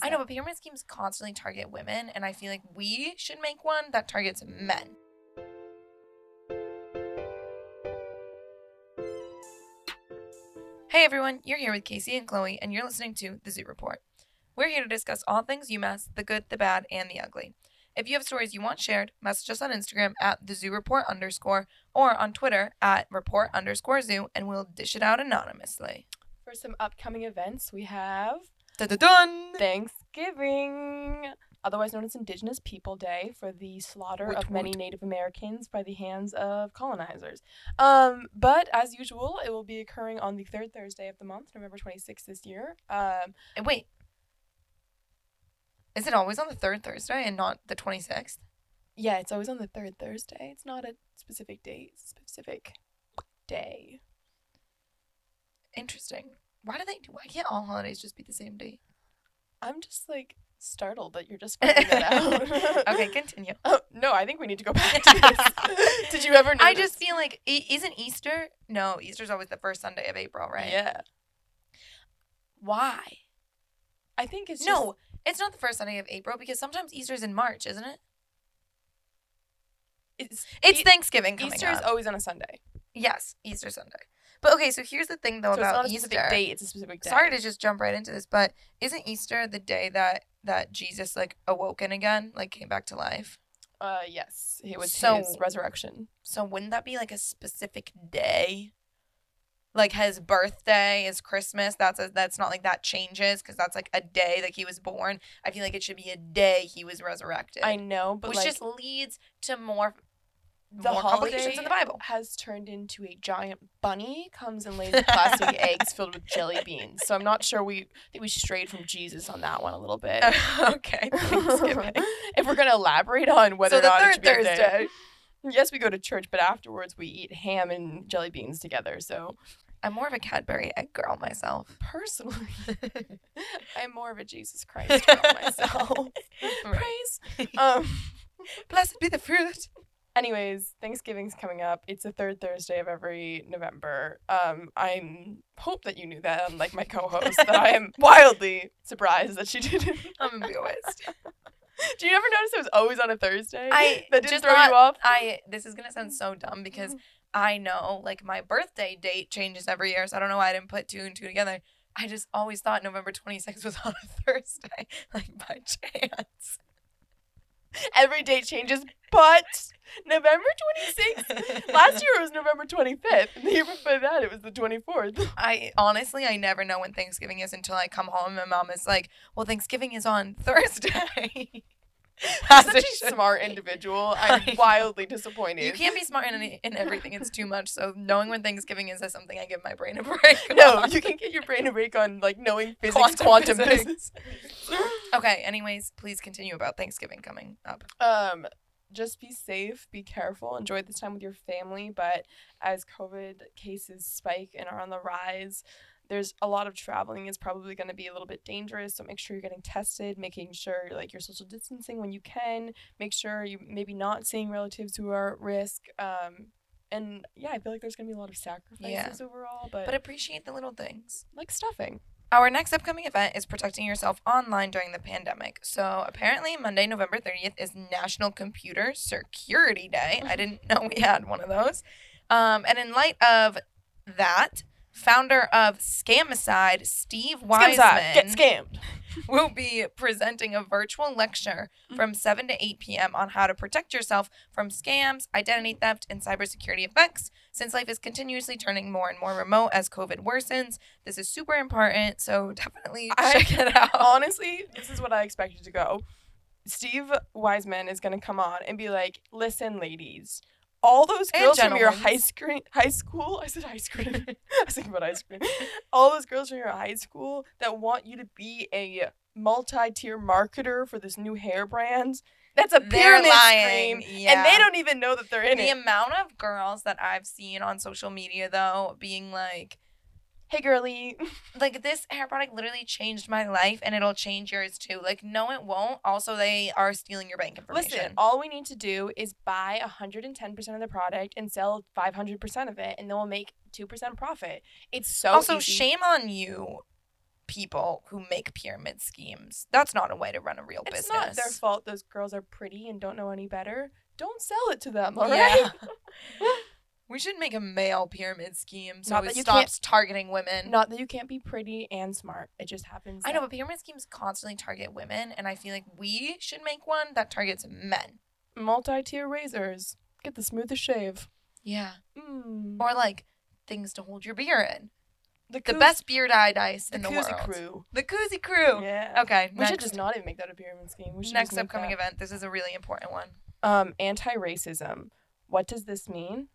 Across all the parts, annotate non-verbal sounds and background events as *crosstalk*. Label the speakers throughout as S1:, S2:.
S1: I know, but pyramid schemes constantly target women, and I feel like we should make one that targets men. Hey everyone, you're here with Casey and Chloe, and you're listening to The Zoo Report. We're here to discuss all things UMass, the good, the bad, and the ugly. If you have stories you want shared, message us on Instagram at the zoo report underscore or on Twitter at report underscore zoo, and we'll dish it out anonymously.
S2: For some upcoming events, we have
S1: Dun dun dun!
S2: Thanksgiving, otherwise known as Indigenous People Day, for the slaughter
S1: Woot
S2: of many
S1: woot.
S2: Native Americans by the hands of colonizers. Um, but as usual, it will be occurring on the third Thursday of the month, November 26th this year. Um,
S1: Uh, Wait. Is it always on the third Thursday and not the 26th?
S2: yeah, it's always on the third Thursday. It's not a specific date, it's a specific day.
S1: Interesting. Why do they do, why can't all holidays just be the
S2: *laughs*
S1: same date?
S2: I'm just like startled that you're just finding
S1: *laughs*
S2: that out.
S1: okay, continue.
S2: *laughs* Oh, no, I think we need to go back to
S1: *laughs*
S2: this. Did you ever notice?
S1: I just feel like i- isn't Easter? No, Easter's always the first Sunday of April, right?
S2: Yeah.
S1: Why?
S2: I think it's just-
S1: no, it's not the first Sunday of April because sometimes Easter's in March, isn't it?
S2: It's,
S1: It's
S2: E-
S1: Thanksgiving coming
S2: Easter
S1: up.
S2: is always on a Sunday.
S1: yes, Easter Sunday. But okay, so here's the thing though
S2: so it's
S1: about
S2: not a
S1: Easter.
S2: specific date, it's a specific day.
S1: Sorry to just jump right into this, but isn't Easter the day that that Jesus like awoken again, like came back to life?
S2: uh yes. It was
S1: So-
S2: his resurrection.
S1: So wouldn't that be like a specific day? Like his birthday is Christmas. That's a, that's not like that changes because that's like a day like he was born. I feel like it should be a day he was resurrected.
S2: I know, but
S1: which
S2: like,
S1: just leads to more
S2: the
S1: more complications in the
S2: holiday
S1: Bible.
S2: has turned into a giant bunny comes and lays
S1: *laughs*
S2: plastic eggs filled with jelly beans. So I'm not sure we I think we strayed from Jesus on that one a little bit. *laughs*
S1: *laughs* okay, Thanksgiving. *laughs*
S2: if we're gonna elaborate on whether
S1: so
S2: or
S1: the
S2: not it
S1: third
S2: should be a day.
S1: Thursday.
S2: Yes, we go to church, but afterwards we eat ham and jelly beans together. So
S1: I'm more of a Cadbury egg girl myself. *laughs*
S2: personally, I'm more of a Jesus Christ girl myself.
S1: *laughs* Right.
S2: Praise. Um.
S1: Blessed be the fruit.
S2: Anyways, Thanksgiving's coming up. It's the third Thursday of every November. Um, I'm hope that you knew that, unlike my co-host, that I
S1: *laughs*
S2: am wildly surprised that she didn't. *laughs*
S1: I'm embarrassed.
S2: Do you ever notice it was always on a Thursday?
S1: I-
S2: that didn't
S1: just
S2: throw
S1: not-
S2: you off.
S1: I this is gonna sound so dumb because I know like my birthday date changes every year, so I don't know why I didn't put two and two together. I just always thought November 26th was *laughs* on a Thursday, *laughs* like by *laughs* chance.
S2: *laughs* every day changes, but November 26th. Last year it was November 25th. And the year before that it was the 24th.
S1: I honestly, I never know when Thanksgiving is until I come home and my mom is like, "Well, Thanksgiving is on *laughs* Thursday." As *laughs*
S2: Such
S1: it
S2: a
S1: should
S2: smart
S1: be. *laughs*
S2: individual.
S1: I-
S2: I'm wildly disappointed.
S1: You can't be smart in, any, in everything; it's too much. So knowing when Thanksgiving is is something I give my brain a *laughs* break.
S2: *laughs* no,
S1: on.
S2: you can get your brain a break on like knowing physics,
S1: *laughs*
S2: quantum,
S1: Quantum physics.
S2: physics.
S1: *laughs* *laughs* Okay. Anyways, please continue about Thanksgiving coming up.
S2: um just be safe be careful enjoy this time with your family but as covid cases spike and are on the rise there's a lot of traveling is probably going to be a little bit dangerous so make sure you're getting tested making sure like you're social distancing when you can make sure you maybe not seeing relatives who are at risk um and yeah i feel like there's going to be a lot of sacrifices overall but,
S1: But appreciate the little things.
S2: like stuffing
S1: Our next upcoming event is protecting yourself online during the pandemic. So apparently, Monday, November 30th is National Computer Security Day. I didn't *laughs* know we had one of those. Um, and in light of that, founder of Scamicide, Steve
S2: Scam side,
S1: Wiseman,
S2: get scammed
S1: will be presenting a virtual lecture
S2: Mm.
S1: from 7 to 8 p.m. on how to protect yourself from scams, identity theft, and cybersecurity effects. Since life is continuously turning more and more remote as COVID worsens, this is super important. So definitely
S2: *laughs* I-
S1: check it out.
S2: honestly, this is what I expected to go. Steve Wiseman is going to come on and be like, "Listen, ladies, all those
S1: And
S2: girls from your high
S1: gentlemen's.
S2: screen, high school. I said high screen. *laughs* I was thinking about ice cream. All those girls from your high school that want you to be a multi-tier marketer for this new hair brand. That's a
S1: They're
S2: pyramid
S1: lying.
S2: scheme,
S1: Yeah.
S2: and they don't even know that they're in
S1: the
S2: it.
S1: amount of girls that I've seen on social media though being like
S2: Hey, girly.
S1: like this hair product literally changed my life and it'll change yours too. Like no it won't. Also they are stealing your bank information.
S2: Listen, all we need to do is buy 110% of the product and sell 500% of it, and then we'll make 2% profit. It's so
S1: also
S2: easy.
S1: shame on you people who make pyramid schemes. That's not a way to run a real
S2: It's
S1: business.
S2: not their fault those girls are pretty and don't know any better. Don't sell it to them, all right?
S1: Yeah. we should make a male pyramid scheme so
S2: Not
S1: it
S2: that you can't-
S1: stops targeting
S2: *laughs*
S1: women.
S2: Not that you can't be pretty and smart. It just happens.
S1: I know,
S2: that-
S1: but pyramid schemes constantly target women, and I feel like we should make one that targets men.
S2: multi-tier razors. Get the smoothest shave.
S1: Yeah.
S2: Mm.
S1: Or like things to hold your beer in. The
S2: koozie-
S1: best beer dye dice
S2: the
S1: in the
S2: koozie
S1: world.
S2: crew.
S1: The Koozie Crew.
S2: Yeah.
S1: Okay.
S2: We
S1: next,
S2: should just not even make that a pyramid scheme. We should
S1: next
S2: just make
S1: upcoming
S2: that.
S1: event. This is a really important one.
S2: Um, anti-racism. What does this mean?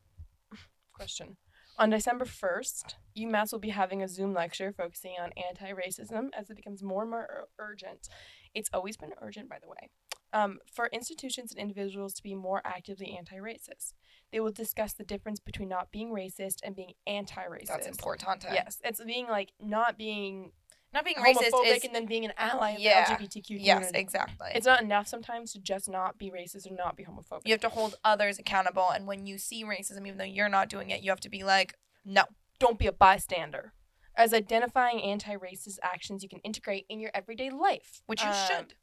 S2: Question. On December 1st, UMass will be having a Zoom lecture focusing on anti-racism as it becomes more and more ur- urgent. It's always been urgent, by the way. Um, for institutions and individuals to be more actively anti-racist. They will discuss the difference between not being racist and being anti-racist.
S1: That's important.
S2: Yes, it's being like not being
S1: Not being racist
S2: homophobic
S1: is
S2: and then being an ally of
S1: Yeah.
S2: the LGBTQ community.
S1: yes, exactly.
S2: It's not enough sometimes to just not be racist or not be homophobic.
S1: you have to hold others accountable, and when you see racism, even though you're not doing it, you have to be like, no.
S2: don't be a bystander. As identifying anti-racist actions you can integrate in your everyday life,
S1: Which you
S2: Um,
S1: should.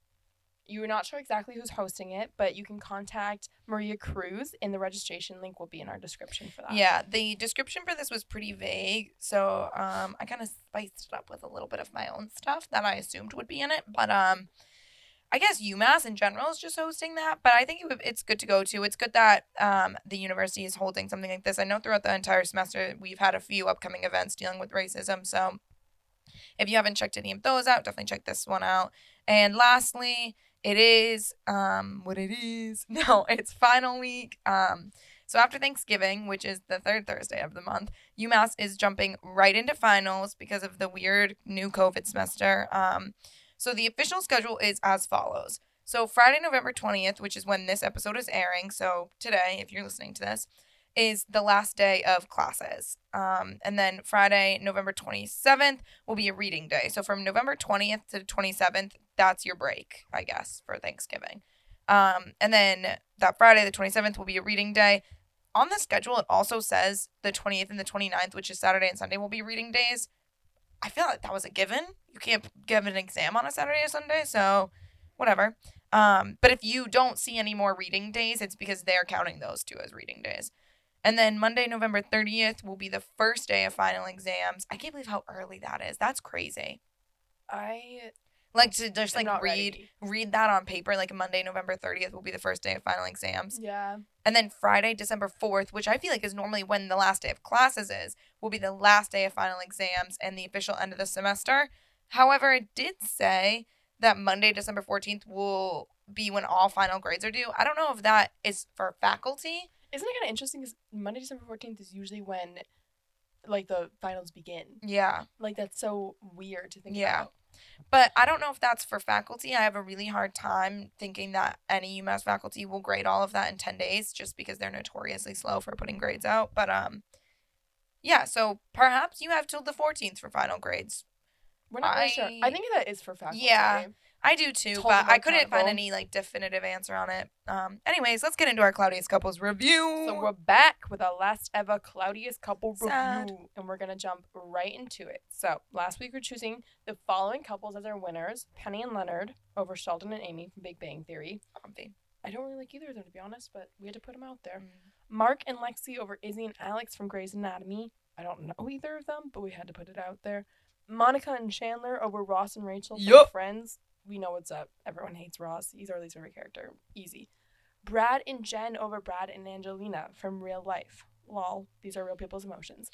S2: You're not sure exactly who's hosting it, but you can contact Maria Cruz, and the registration link will be in our description for that.
S1: Yeah, the description for this was pretty vague, so um, I kind of spiced it up with a little bit of my own stuff that I assumed would be in it. But um, I guess UMass in general is just hosting that. But I think it would, it's good to go to. It's good that um, the university is holding something like this. I know throughout the entire semester we've had a few upcoming events dealing with racism. So if you haven't checked any of those out, definitely check this one out. And lastly, it is um, what it is. *laughs* No, it's final week. Um, so after Thanksgiving, which is the third Thursday of the month, UMass is jumping right into finals because of the weird new COVID semester. Um, so the official schedule is as follows. So Friday, November 20th, which is when this episode is airing, so today, if you're listening to this, is the last day of classes. Um, and then Friday, November 27th, will be a reading day. So from November 20th to 27th, that's your break, I guess, for Thanksgiving. Um, and then that Friday, the 27th, will be a reading day on the schedule it also says the 20th and the 29th which is saturday and sunday will be reading days i feel like that was a given you can't give an exam on a saturday or sunday so whatever um, but if you don't see any more reading days it's because they're counting those two as reading days and then monday november 30th will be the first day of final exams i can't believe how early that is that's crazy
S2: I
S1: like to just
S2: am
S1: like
S2: not
S1: read
S2: ready.
S1: read that on paper like monday november 30th will be the first day of final exams
S2: Yeah,
S1: and then Friday, December 4th, which I feel like is normally when the last day of classes is, will be the last day of final exams and the official end of the semester. However, it did say that Monday, December 14th will be when all final grades are due. I don't know if that is for faculty.
S2: isn't it kind of interesting? Because Monday, December fourteenth is usually when, like, the finals begin.
S1: Yeah.
S2: Like, that's so weird to think
S1: Yeah.
S2: about.
S1: But I don't know if that's for faculty. I have a really hard time thinking that any UMass faculty will grade all of that in 10 days just because they're notoriously slow for putting grades out. But um yeah, so perhaps you have till the 14th for final grades.
S2: We're not really sure.
S1: I-
S2: I think that is for faculty.
S1: Yeah. I do too,
S2: Told
S1: but
S2: them
S1: I couldn't find
S2: accountable.
S1: any like definitive answer on it. Um, anyways, let's get into our Cloudiest Couples review.
S2: So we're back with our last ever Cloudiest Couple review,
S1: Sad.
S2: and we're gonna jump right into it. So last week we're choosing the following couples as our winners: Penny and Leonard over Sheldon and Amy from Big Bang Theory. I don't really like either of them to be honest, but we had to put them out
S1: Um,
S2: there. Mark and Lexi over Izzy and Alex from Grey's Anatomy. I don't know either of them, but we had to put it out there. Monica and Chandler over Ross and Rachel from
S1: Yup.
S2: Friends. We know what's up. Everyone hates Ross. He's our least favorite character. Easy. Brad and Jen over Brad and Angelina from Real Life. Lol. These are real people's
S1: *laughs*
S2: emotions.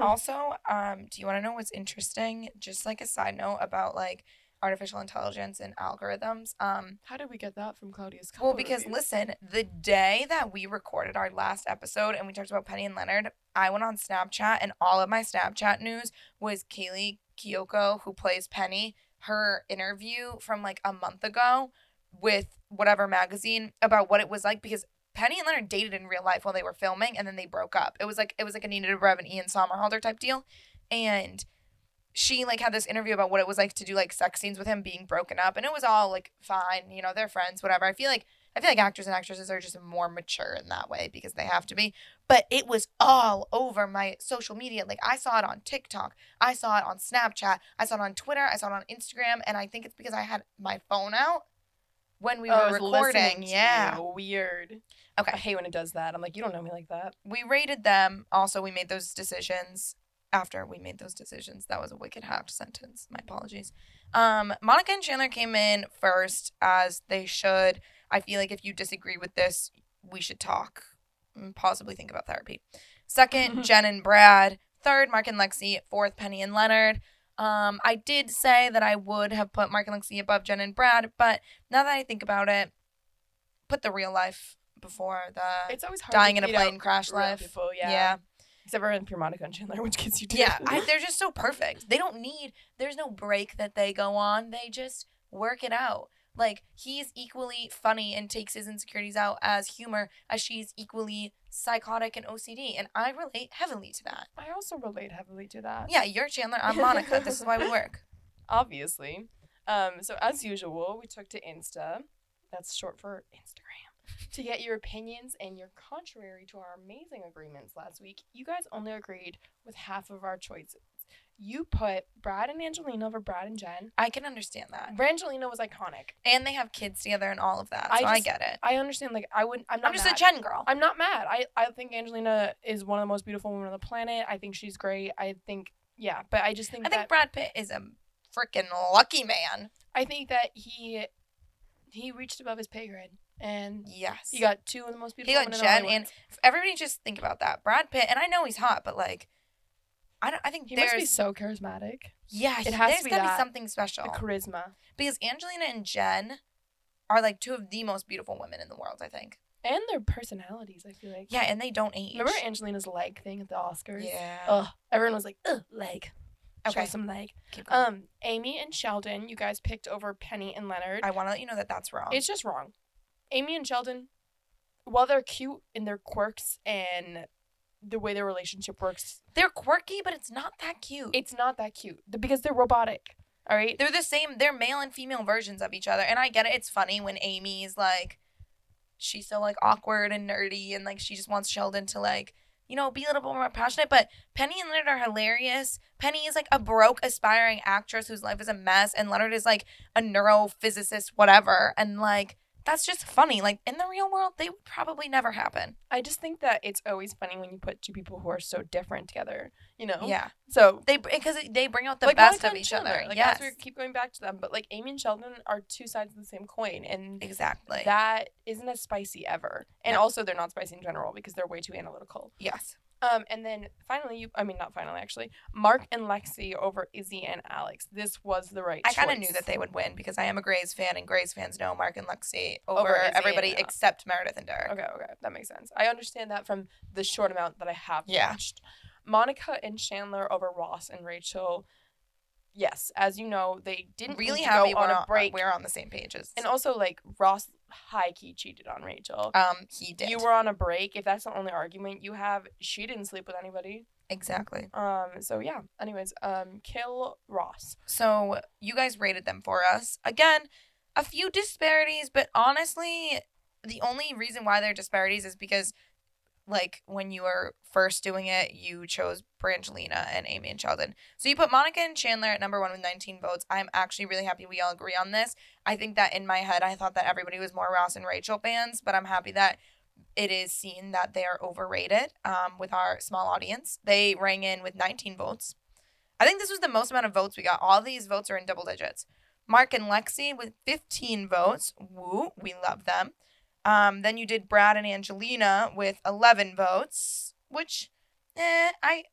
S1: also, um, do you want to know what's interesting? Just like a side note about like artificial intelligence and algorithms. Um,
S2: How did we get that from Claudia's couple
S1: well, because
S2: review?
S1: listen, the day that we recorded our last episode and we talked about Penny and Leonard, I went on Snapchat and all of my Snapchat news was Kaylee Kyoko, who plays Penny, her interview from like a month ago with whatever magazine about what it was like because Penny and Leonard dated in real life while they were filming and then they broke up. It was like it was like a Nina Dobrev and Ian Somerhalder type deal. And she like had this interview about what it was like to do like sex scenes with him being broken up and it was all like fine, you know, they're friends, whatever. I feel like I feel like actors and actresses are just more mature in that way because they have to be. But it was all over my social media. Like I saw it on TikTok, I saw it on Snapchat, I saw it on Twitter, I saw it on Instagram, and I think it's because I had my phone out when we
S2: Oh,
S1: were
S2: it's listening
S1: recording.
S2: to
S1: Yeah.
S2: you. Weird.
S1: Okay.
S2: I hate when it does that. I'm like, you don't know me like that.
S1: we rated them. Also, we made those decisions after we made those decisions. That was a wicked half sentence. My apologies. Um, Monica and Chandler came in first, as they should. I feel like if you disagree with this, we should talk and possibly think about therapy. Second, Jen and Brad. Third, Mark and Lexi. Fourth, Penny and Leonard. Um, I did say that I would have put Mark and Lexi above Jen and Brad, but now that I think about it, put the real life before the
S2: It's always hard.
S1: Uh, dying
S2: to
S1: in a
S2: beat out
S1: plane crash
S2: real
S1: life.
S2: People, yeah.
S1: Yeah.
S2: Except for in Pure Monica and Chandler, *laughs* which gets you to
S1: Yeah. I, they're just so perfect. They don't need, there's no break that they go on. They just work it out. Like, he's equally funny and takes his insecurities out as humor, as she's equally psychotic and OCD. And I relate heavily to that.
S2: I also relate heavily to that.
S1: Yeah, you're Chandler. I'm Monica. this is why we work.
S2: *laughs* Obviously. Um, so as usual, we took to Insta. That's short for Instagram. to get your opinions and your contrary to our amazing agreements last week, you guys only agreed with half of our choices. You put Brad and Angelina over Brad and Jen.
S1: I can understand that.
S2: Brangelina was iconic.
S1: And they have kids together and all of that. So
S2: I
S1: I,
S2: just-
S1: get it.
S2: I understand. Like I wouldn't. I'm not.
S1: I'm just
S2: mad.
S1: a Chen girl.
S2: I'm not mad. I, I think Angelina is one of the most beautiful women on the planet. I think she's great. I think yeah, but I just think
S1: I
S2: that
S1: think Brad Pitt is a freaking lucky man.
S2: I think that he he reached above his pay grade and
S1: Yes.
S2: he got two of the most
S1: He
S2: beautiful.
S1: got
S2: women in
S1: Jen
S2: Hollywood.
S1: and everybody just think about that. Brad Pitt, and I know he's hot, but like, I don't. I think
S2: he
S1: there's Oh.
S2: must be so charismatic.
S1: yeah,
S2: it has to
S1: he- there's
S2: be
S1: gotta
S2: that.
S1: be something special
S2: The charisma
S1: because Angelina and Jen are like two of the most beautiful women in the world. I think.
S2: and their personalities. I feel like
S1: Yeah, and they don't age.
S2: Remember Oh, Angelina's leg thing at the Oscars?
S1: Yeah.
S2: Ugh. Everyone was like, ugh, leg. Okay.
S1: Okay.
S2: Show some leg.
S1: Keep going.
S2: Um, Amy and Sheldon, you guys picked over Penny and Leonard.
S1: I want to let you know that that's wrong.
S2: It's just wrong. Amy and Sheldon, while they're cute in their quirks and the way their relationship works,
S1: They're quirky, but it's not that cute.
S2: it's not that cute th- because they're robotic. All right.
S1: they're the same. They're male and female versions of each other, and I get it. It's funny when Amy's like, she's so like awkward and nerdy, and like she just wants Sheldon to like, you know, be a little bit more passionate. But Penny and Leonard are hilarious. Penny is like a broke aspiring actress whose life is a mess, and Leonard is like a neurophysicist, whatever, and like. That's just funny. Like in the real world, they would probably never happen.
S2: I just think that it's always funny when you put two people who are so different together. You know.
S1: Yeah,
S2: So
S1: they because they bring out the
S2: like,
S1: best
S2: Monica
S1: of
S2: and
S1: each
S2: Chandler,
S1: other.
S2: Like as
S1: yes,
S2: we keep going back to them, but like Amy and Sheldon are two sides of the same coin, and
S1: exactly.
S2: that isn't as spicy ever. And
S1: No.
S2: also, they're not spicy in general because they're way too analytical.
S1: yes,
S2: Um, and then finally, you. I mean, not finally, actually. Mark and Lexi over Izzy and Alex. This was the right.
S1: I kind of
S2: choice.
S1: knew that they would win because I am a Grays fan, and Grays fans know Mark and Lexi over,
S2: Over Izzy
S1: everybody
S2: and-
S1: except Meredith and Derek.
S2: Okay, okay, that makes sense. I understand that from the short amount that I have
S1: Yeah.
S2: watched. Monica and Chandler over Ross and Rachel. Yes, as you know, they didn't
S1: really
S2: need to
S1: happy
S2: go on
S1: we're uh,
S2: a break,
S1: We're on the same pages.
S2: and also like Ross high key cheated on Rachel.
S1: um, he did.
S2: You were on a break. If that's the only argument you have, she didn't sleep with anybody.
S1: exactly.
S2: Um. So yeah. Anyways, um, kill Ross.
S1: So you guys rated them for us again. A few disparities, but honestly, the only reason why they're disparities is because, like, when you were first doing it, you chose Brangelina and Amy and Sheldon. So you put Monica and Chandler at number one with 19 votes. I'm actually really happy we all agree on this. I think that in my head, I thought that everybody was more Ross and Rachel fans, but I'm happy that it is seen that they are overrated um, with our small audience. They rang in with 19 votes. I think this was the most amount of votes we got. All these votes are in double digits. Mark and Lexi with 15 votes. Woo, we love them. Um, then you did Brad and Angelina with 11 votes, which, eh, I,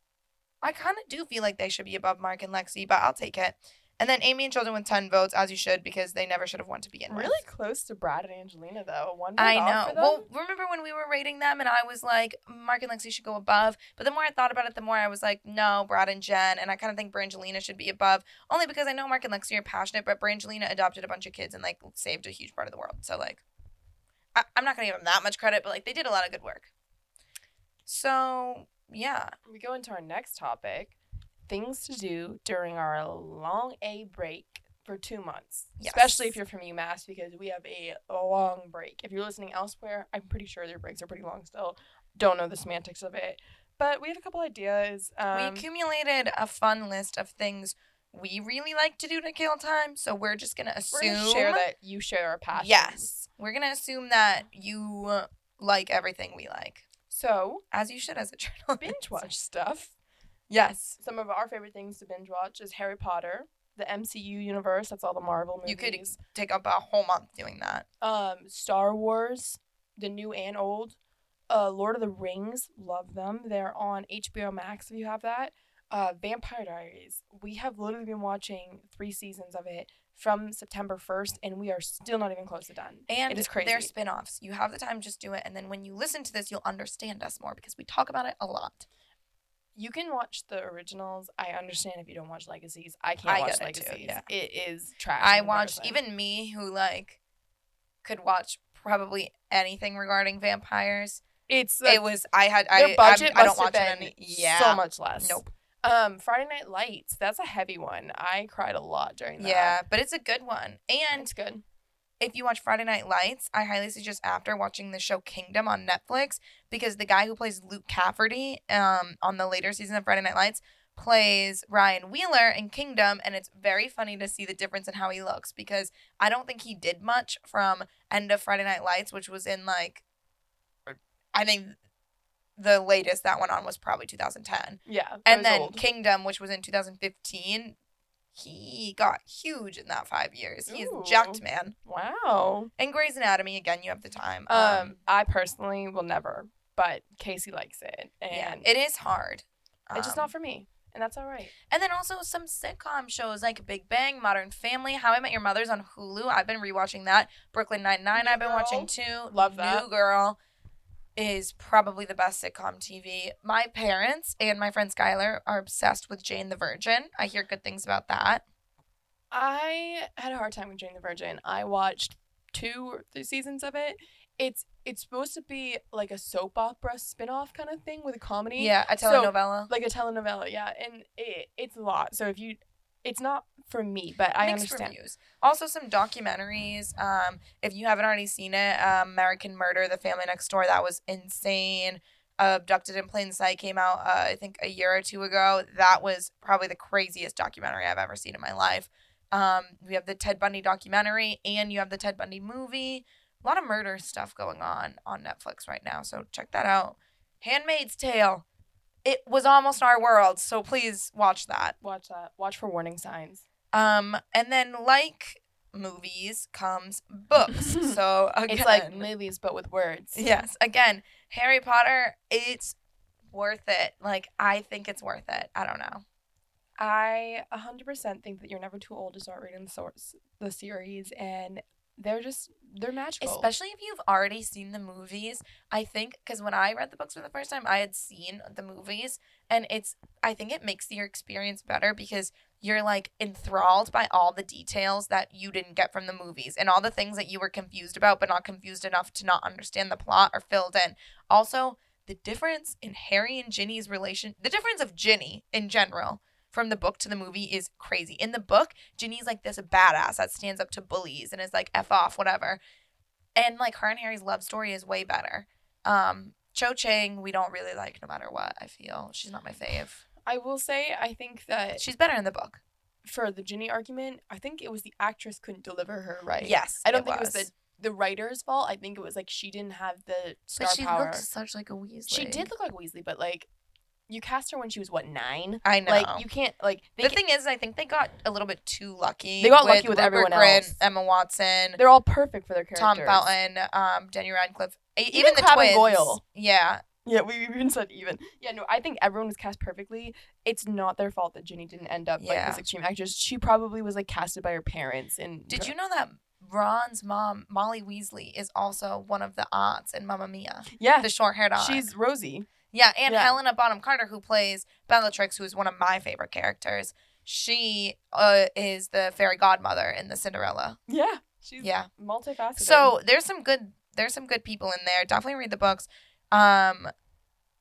S1: I kind of do feel like they should be above Mark and Lexi, but I'll take it. And then Amy and Children with 10 votes, as you should, because they never should have won to begin with.
S2: Really close to Brad and Angelina though. One vote
S1: I
S2: off
S1: know.
S2: for them?
S1: Well, remember when we were rating them and I was like, Mark and Lexi should go above. But the more I thought about it, the more I was like, no, Brad and Jen. And I kind of think Brangelina should be above, only because I know Mark and Lexi are passionate, but Brangelina adopted a bunch of kids and like saved a huge part of the world. So, like, I- I'm not going to give them that much credit, but like, they did a lot of good work. So, yeah.
S2: we go into our next topic things to do during our long A break for two months,
S1: Yes.
S2: especially if you're from UMass, because we have a long break. If you're listening elsewhere, I'm pretty sure their breaks are pretty long still. Don't know the semantics of it, but we have a couple ideas.
S1: we
S2: Um,
S1: accumulated a fun list of things we really like to do to kill time, so we're just gonna
S2: we're
S1: assume.
S2: gonna share that you share our passion.
S1: Yes, we're gonna assume that you uh, like everything we like,
S2: So
S1: as you should as a *laughs* journalist.
S2: binge watch stuff.
S1: Yes,
S2: Some of our favorite things to binge watch is Harry Potter, the MCU universe. That's all the Marvel movies.
S1: you could take up a whole month doing that.
S2: um Star Wars, the new and old, uh Lord of the Rings, love them. They're on HBO Max if you have that. Uh Vampire Diaries. We have literally been watching 3 seasons of it from September 1st and we are still not even close to done.
S1: And
S2: is
S1: They're
S2: crazy.
S1: spin-offs. You have the time, just do it. And then when you listen to this, you'll understand us more because we talk about it a lot.
S2: You can watch the originals. I understand if you don't watch Legacies. I can't
S1: I
S2: watch
S1: get it too,
S2: Legacies.
S1: yeah.
S2: It is trash.
S1: I
S2: in
S1: watched
S2: comparison.
S1: even me who like could watch probably anything regarding vampires.
S2: it's
S1: it was I had I
S2: Their budget
S1: I, I
S2: must
S1: don't watch it
S2: have been
S1: any. Yeah.
S2: so much less.
S1: Nope.
S2: Um, Friday Night Lights. That's a heavy one. I cried a lot during that.
S1: Yeah, but it's a good one.
S2: and
S1: And
S2: it's good.
S1: if you watch Friday Night Lights, I highly suggest after watching the show Kingdom on Netflix because the guy who plays Luke Cafferty um, on the later season of Friday Night Lights plays Ryan Wheeler in Kingdom, and it's very funny to see the difference in how he looks because I don't think he did much from end of Friday Night Lights, which was in like, I think the latest that went on was probably 2010
S2: Yeah, I
S1: and
S2: was
S1: then
S2: old.
S1: Kingdom, which was in 2015, he got huge in that five years. He's
S2: Ooh.
S1: jacked man.
S2: wow.
S1: And Grey's Anatomy again. You have the time.
S2: Um, I personally will never, but Casey likes it, and
S1: yeah, it is hard.
S2: it's just not
S1: Um,
S2: for me, and that's all right.
S1: and then also some sitcom shows like Big Bang, Modern Family, How I Met Your Mother's on Hulu. I've been rewatching that. Brooklyn Nine Nine.
S2: New
S1: I've been
S2: Girl.
S1: watching too.
S2: Love that.
S1: New Girl is probably the best sitcom TV. My parents and my friend Skylar are obsessed with Jane the Virgin. I hear good things about that.
S2: I had a hard time with Jane the Virgin. I watched two or three seasons of it. It's it's supposed to be like a soap opera spin-off kind of thing with a comedy.
S1: Yeah, a
S2: So-
S1: telenovela.
S2: like a telenovela yeah and it, it's a lot so if you it's not for me but i
S1: mixed
S2: understand
S1: reviews. Also, some documentaries. Um, if you haven't already seen it, um, American Murder: The Family Next Door. That was insane. Abducted in Plain Sight came out, uh, I think, a year or two ago. That was probably the craziest documentary I've ever seen in my life. Um, we have the Ted Bundy documentary, and you have the Ted Bundy movie. A lot of murder stuff going on on Netflix right now, so check that out. Handmaid's Tale. It was almost our world, so please watch that.
S2: watch that watch for warning signs
S1: Um, and then like movies comes
S2: *laughs*
S1: books. so again,
S2: it's like movies but with words
S1: yes, again, Harry Potter. It's worth it. Like I think it's worth it. I don't know.
S2: i 100% think that you're never too old to start reading the source the series and they're just they're magical
S1: Especially if you've already seen the movies. I think because when I read the books for the first time, I had seen the movies, and it's. I think it makes your experience better because you're like enthralled by all the details that you didn't get from the movies and all the things that you were confused about but not confused enough to not understand the plot are filled in. Also, the difference in Harry and Ginny's relation, the difference of Ginny in general from the book to the movie is crazy. In the book, Ginny's like this badass that stands up to bullies and is like F off, whatever. And like her and Harry's love story is way better. Um, Cho Chang, we don't really like no matter what, I feel. She's not my fave.
S2: i will say i think that
S1: She's better in the book.
S2: for the ginny argument i think it was the actress couldn't deliver her right
S1: Yes.
S2: i don't think it was the the writer's fault i think it was like she didn't have the star
S1: But she
S2: power
S1: looks such like a Weasley.
S2: she did look like weasley but like you cast her when she was what nine
S1: I know.
S2: Like you can't like they
S1: the
S2: ca-
S1: thing is, I think they got a little bit too lucky.
S2: They got lucky with everyone else.
S1: Emma Watson,
S2: they're all perfect for their characters.
S1: Tom Felton, um, Daniel Radcliffe, e- even, the
S2: Crabbe
S1: twins.
S2: and Goyle.
S1: Yeah,
S2: Yeah, we even said even. Yeah, no, I think everyone was cast perfectly. It's not their fault that Ginny didn't end up like
S1: Yeah.
S2: this extreme actress. She probably was like casted by her parents and
S1: Did you know that Ron's mom, Molly Weasley, is also one of the aunts in Mamma Mia,
S2: Yeah. *laughs*
S1: the short-haired aunt?
S2: She's Rosie.
S1: yeah, and
S2: yeah.
S1: Helena Bonham Carter, who plays Bellatrix, who is one of my favorite characters. She uh, is the fairy godmother in the Cinderella.
S2: Yeah. She's
S1: Yeah.
S2: multifaceted.
S1: So there's some good there's some good people in there. Definitely read the books. Um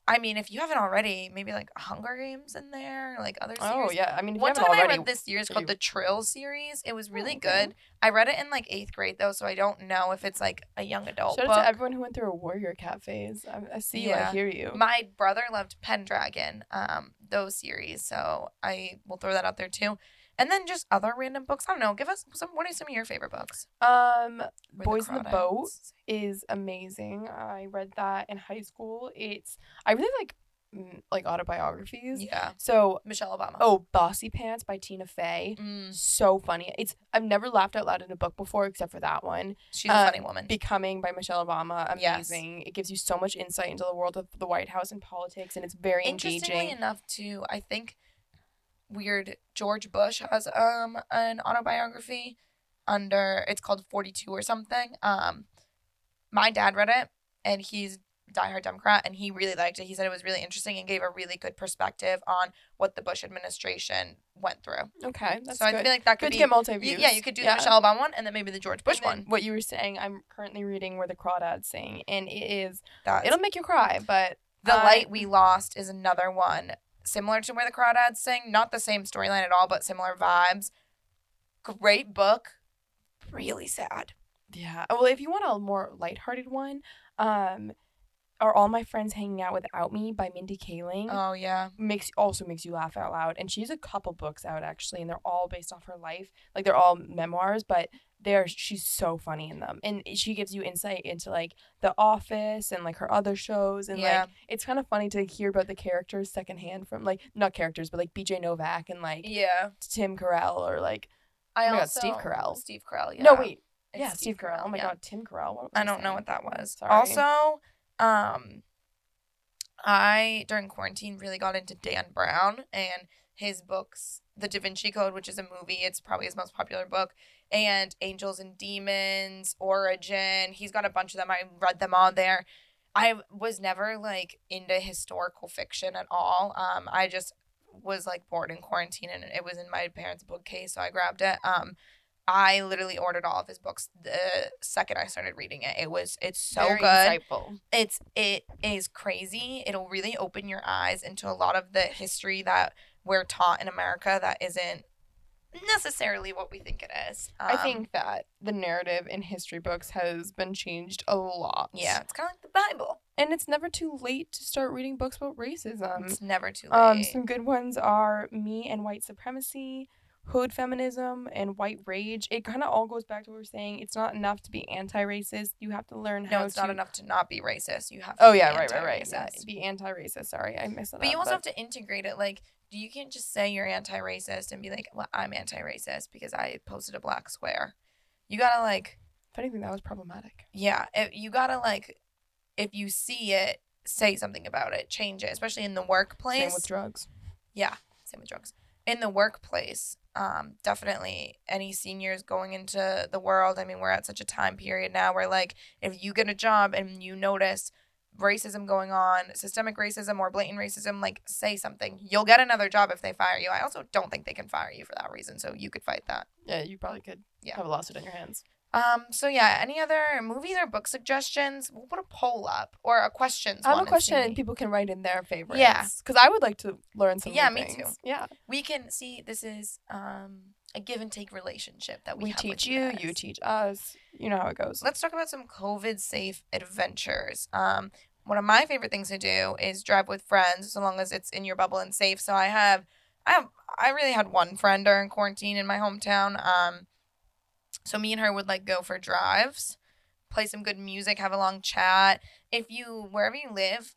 S1: I mean, if you haven't already, maybe like Hunger Games in there, like other series.
S2: Oh yeah, I mean, if
S1: One
S2: you
S1: time
S2: haven't
S1: I
S2: already,
S1: read this series
S2: are you-
S1: called
S2: Oh,
S1: the Trill series. It was really
S2: okay.
S1: good. I read it in like eighth grade though, so I don't know if it's like a young adult
S2: shout out
S1: book.
S2: to everyone who went through a warrior cat phase. I, I see you,
S1: Yeah.
S2: I hear you.
S1: My brother loved Pendragon, um, those series, so I will throw that out there too. And then just other random books. I don't know. Give us some. What are some of your favorite books?
S2: Um,
S1: Where
S2: Boys in the Boat
S1: Crawdads-
S2: is amazing. I read that in high school. It's I really like mm, like autobiographies.
S1: Yeah,
S2: So
S1: Michelle Obama.
S2: oh, Bossy Pants by Tina Fey.
S1: Mm,
S2: So funny. It's I've never laughed out loud in a book before except for that one.
S1: she's a
S2: Uh,
S1: funny woman.
S2: Becoming by Michelle Obama,
S1: Mm. Yes.
S2: amazing. It gives you so much insight into the world of the White House and politics, and it's very
S1: Interestingly
S2: engaging.
S1: enough, too, I think weird George Bush has um an autobiography under it's called Forty Two or something. Um, my dad read it, and he's a diehard Democrat, and he really liked it. He said it was really interesting and gave a really good perspective on what the Bush administration went through.
S2: Okay, that's
S1: so
S2: good.
S1: I feel like that
S2: good
S1: could
S2: to
S1: be
S2: get multi
S1: y-
S2: views.
S1: yeah, you could do that Michelle Obama one, and then maybe the George Bush one.
S2: What you were saying, I'm currently reading where the crawdads sing, and it is
S1: That's
S2: it'll make you cry, but
S1: The
S2: I-
S1: Light We Lost is another one similar to Where the Crawdads Sing. Not the same storyline at all, but similar vibes. Great book. Really sad.
S2: yeah. Uh, Well, if you want a more lighthearted one, um, are all my friends hanging out without me by Mindy Kaling.
S1: Oh yeah.
S2: makes also makes you laugh out loud and she's a couple books out actually and they're all based off her life like they're all memoirs but they're she's so funny in them and she gives you insight into like the office and like her other shows and
S1: Yeah.
S2: like it's kind of funny to hear about the characters secondhand from like not characters but like bj novak and like
S1: Yeah.
S2: tim carell or like
S1: I
S2: Oh my God,
S1: also
S2: Steve Carell.
S1: Steve Carell. Yeah.
S2: no wait
S1: It's
S2: yeah steve, carell. oh my
S1: yeah.
S2: god tim carell what was
S1: I don't know
S2: saying?
S1: what that was.
S2: Sorry.
S1: Also, um, I during quarantine really got into Dan Brown and his books, The Da Vinci Code, which is a movie. It's probably his most popular book, and Angels and Demons, Origin. He's got a bunch of them. I read them all there. I was never like into historical fiction at all. Um, I just was like bored in quarantine, and it was in my parents' bookcase, so I grabbed it. Um, I literally ordered all of his books the second I started reading it. It was it's so
S2: Very
S1: good.
S2: insightful.
S1: It's it is crazy. It'll really open your eyes into a lot of the history that we're taught in America that isn't necessarily what we think it is.
S2: i
S1: Um,
S2: think that the narrative in history books has been changed a lot
S1: yeah, it's kind of like the Bible.
S2: And it's never too late to start reading books about racism.
S1: It's never too late.
S2: Um, some good ones are Me and White Supremacy, Hood Feminism, and White Rage. It kind of all goes back to what we we're saying. It's not enough to be anti-racist. You have to learn how
S1: no, it's
S2: to.
S1: not enough to not be racist. You have to
S2: Oh
S1: be
S2: yeah, right, right, right. Yeah,
S1: anti-racist.
S2: be anti-racist. Sorry, I missed that.
S1: But you also have
S2: up,
S1: to integrate it. Like, you can't just say you're anti-racist and be like, "Well, I'm anti-racist because I posted a black square." You gotta like,
S2: If anything, that was problematic.
S1: yeah, it, you gotta like, if you see it, say something about it, change it, especially in the workplace.
S2: Same with drugs.
S1: Yeah, same with drugs. In the workplace, um, definitely any seniors going into the world. I mean, we're at such a time period now where, like, if you get a job and you notice racism going on, systemic racism or blatant racism, like, say something. You'll get another job if they fire you. I also don't think they can fire you for that reason, so you could fight that.
S2: Yeah, you probably could
S1: Yeah.
S2: have a lawsuit on your hands.
S1: Um, so yeah, any other movies or book suggestions? We'll put a poll up or a questions.
S2: I have
S1: one
S2: a
S1: and
S2: question, and
S1: see.
S2: people can write in their favorites.
S1: Yeah.
S2: because I would like to learn some. new
S1: Yeah, me too.
S2: things. Yeah,
S1: We can see this is um a give and take relationship that we,
S2: we,
S1: have with
S2: teach you,
S1: guys.
S2: you teach us. You know how it goes.
S1: let's talk about some COVID safe adventures. Um, one of my favorite things to do is drive with friends, so long as it's in your bubble and safe. So I have, I have, I really had one friend during quarantine in my hometown. Um, so me and her would like go for drives, play some good music, have a long chat. If you wherever you live,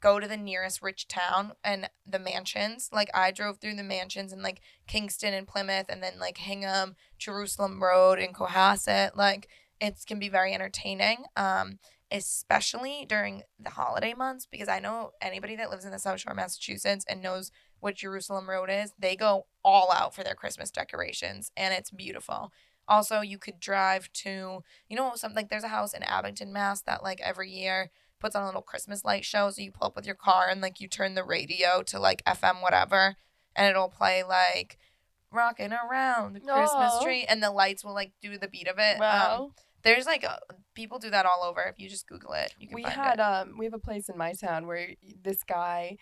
S1: go to the nearest rich town and the mansions. Like I drove through the mansions in like Kingston and Plymouth, and then like Hingham, Jerusalem Road, and Cohasset. Like it can be very entertaining um especially during the holiday months because i know anybody that lives in the south shore of massachusetts and knows what jerusalem road is they go all out for their christmas decorations and it's beautiful also you could drive to you know something like there's a house in abington mass that like every year puts on a little christmas light show so you pull up with your car and like you turn the radio to like fm whatever and it'll play like rocking around the christmas
S2: Aw.
S1: tree and the lights will like do the beat of it Um,
S2: Wow.
S1: There's like a, people do that all over. If you just Google it, you can
S2: we
S1: find
S2: had
S1: it.
S2: um we have a place in my town where y- this guy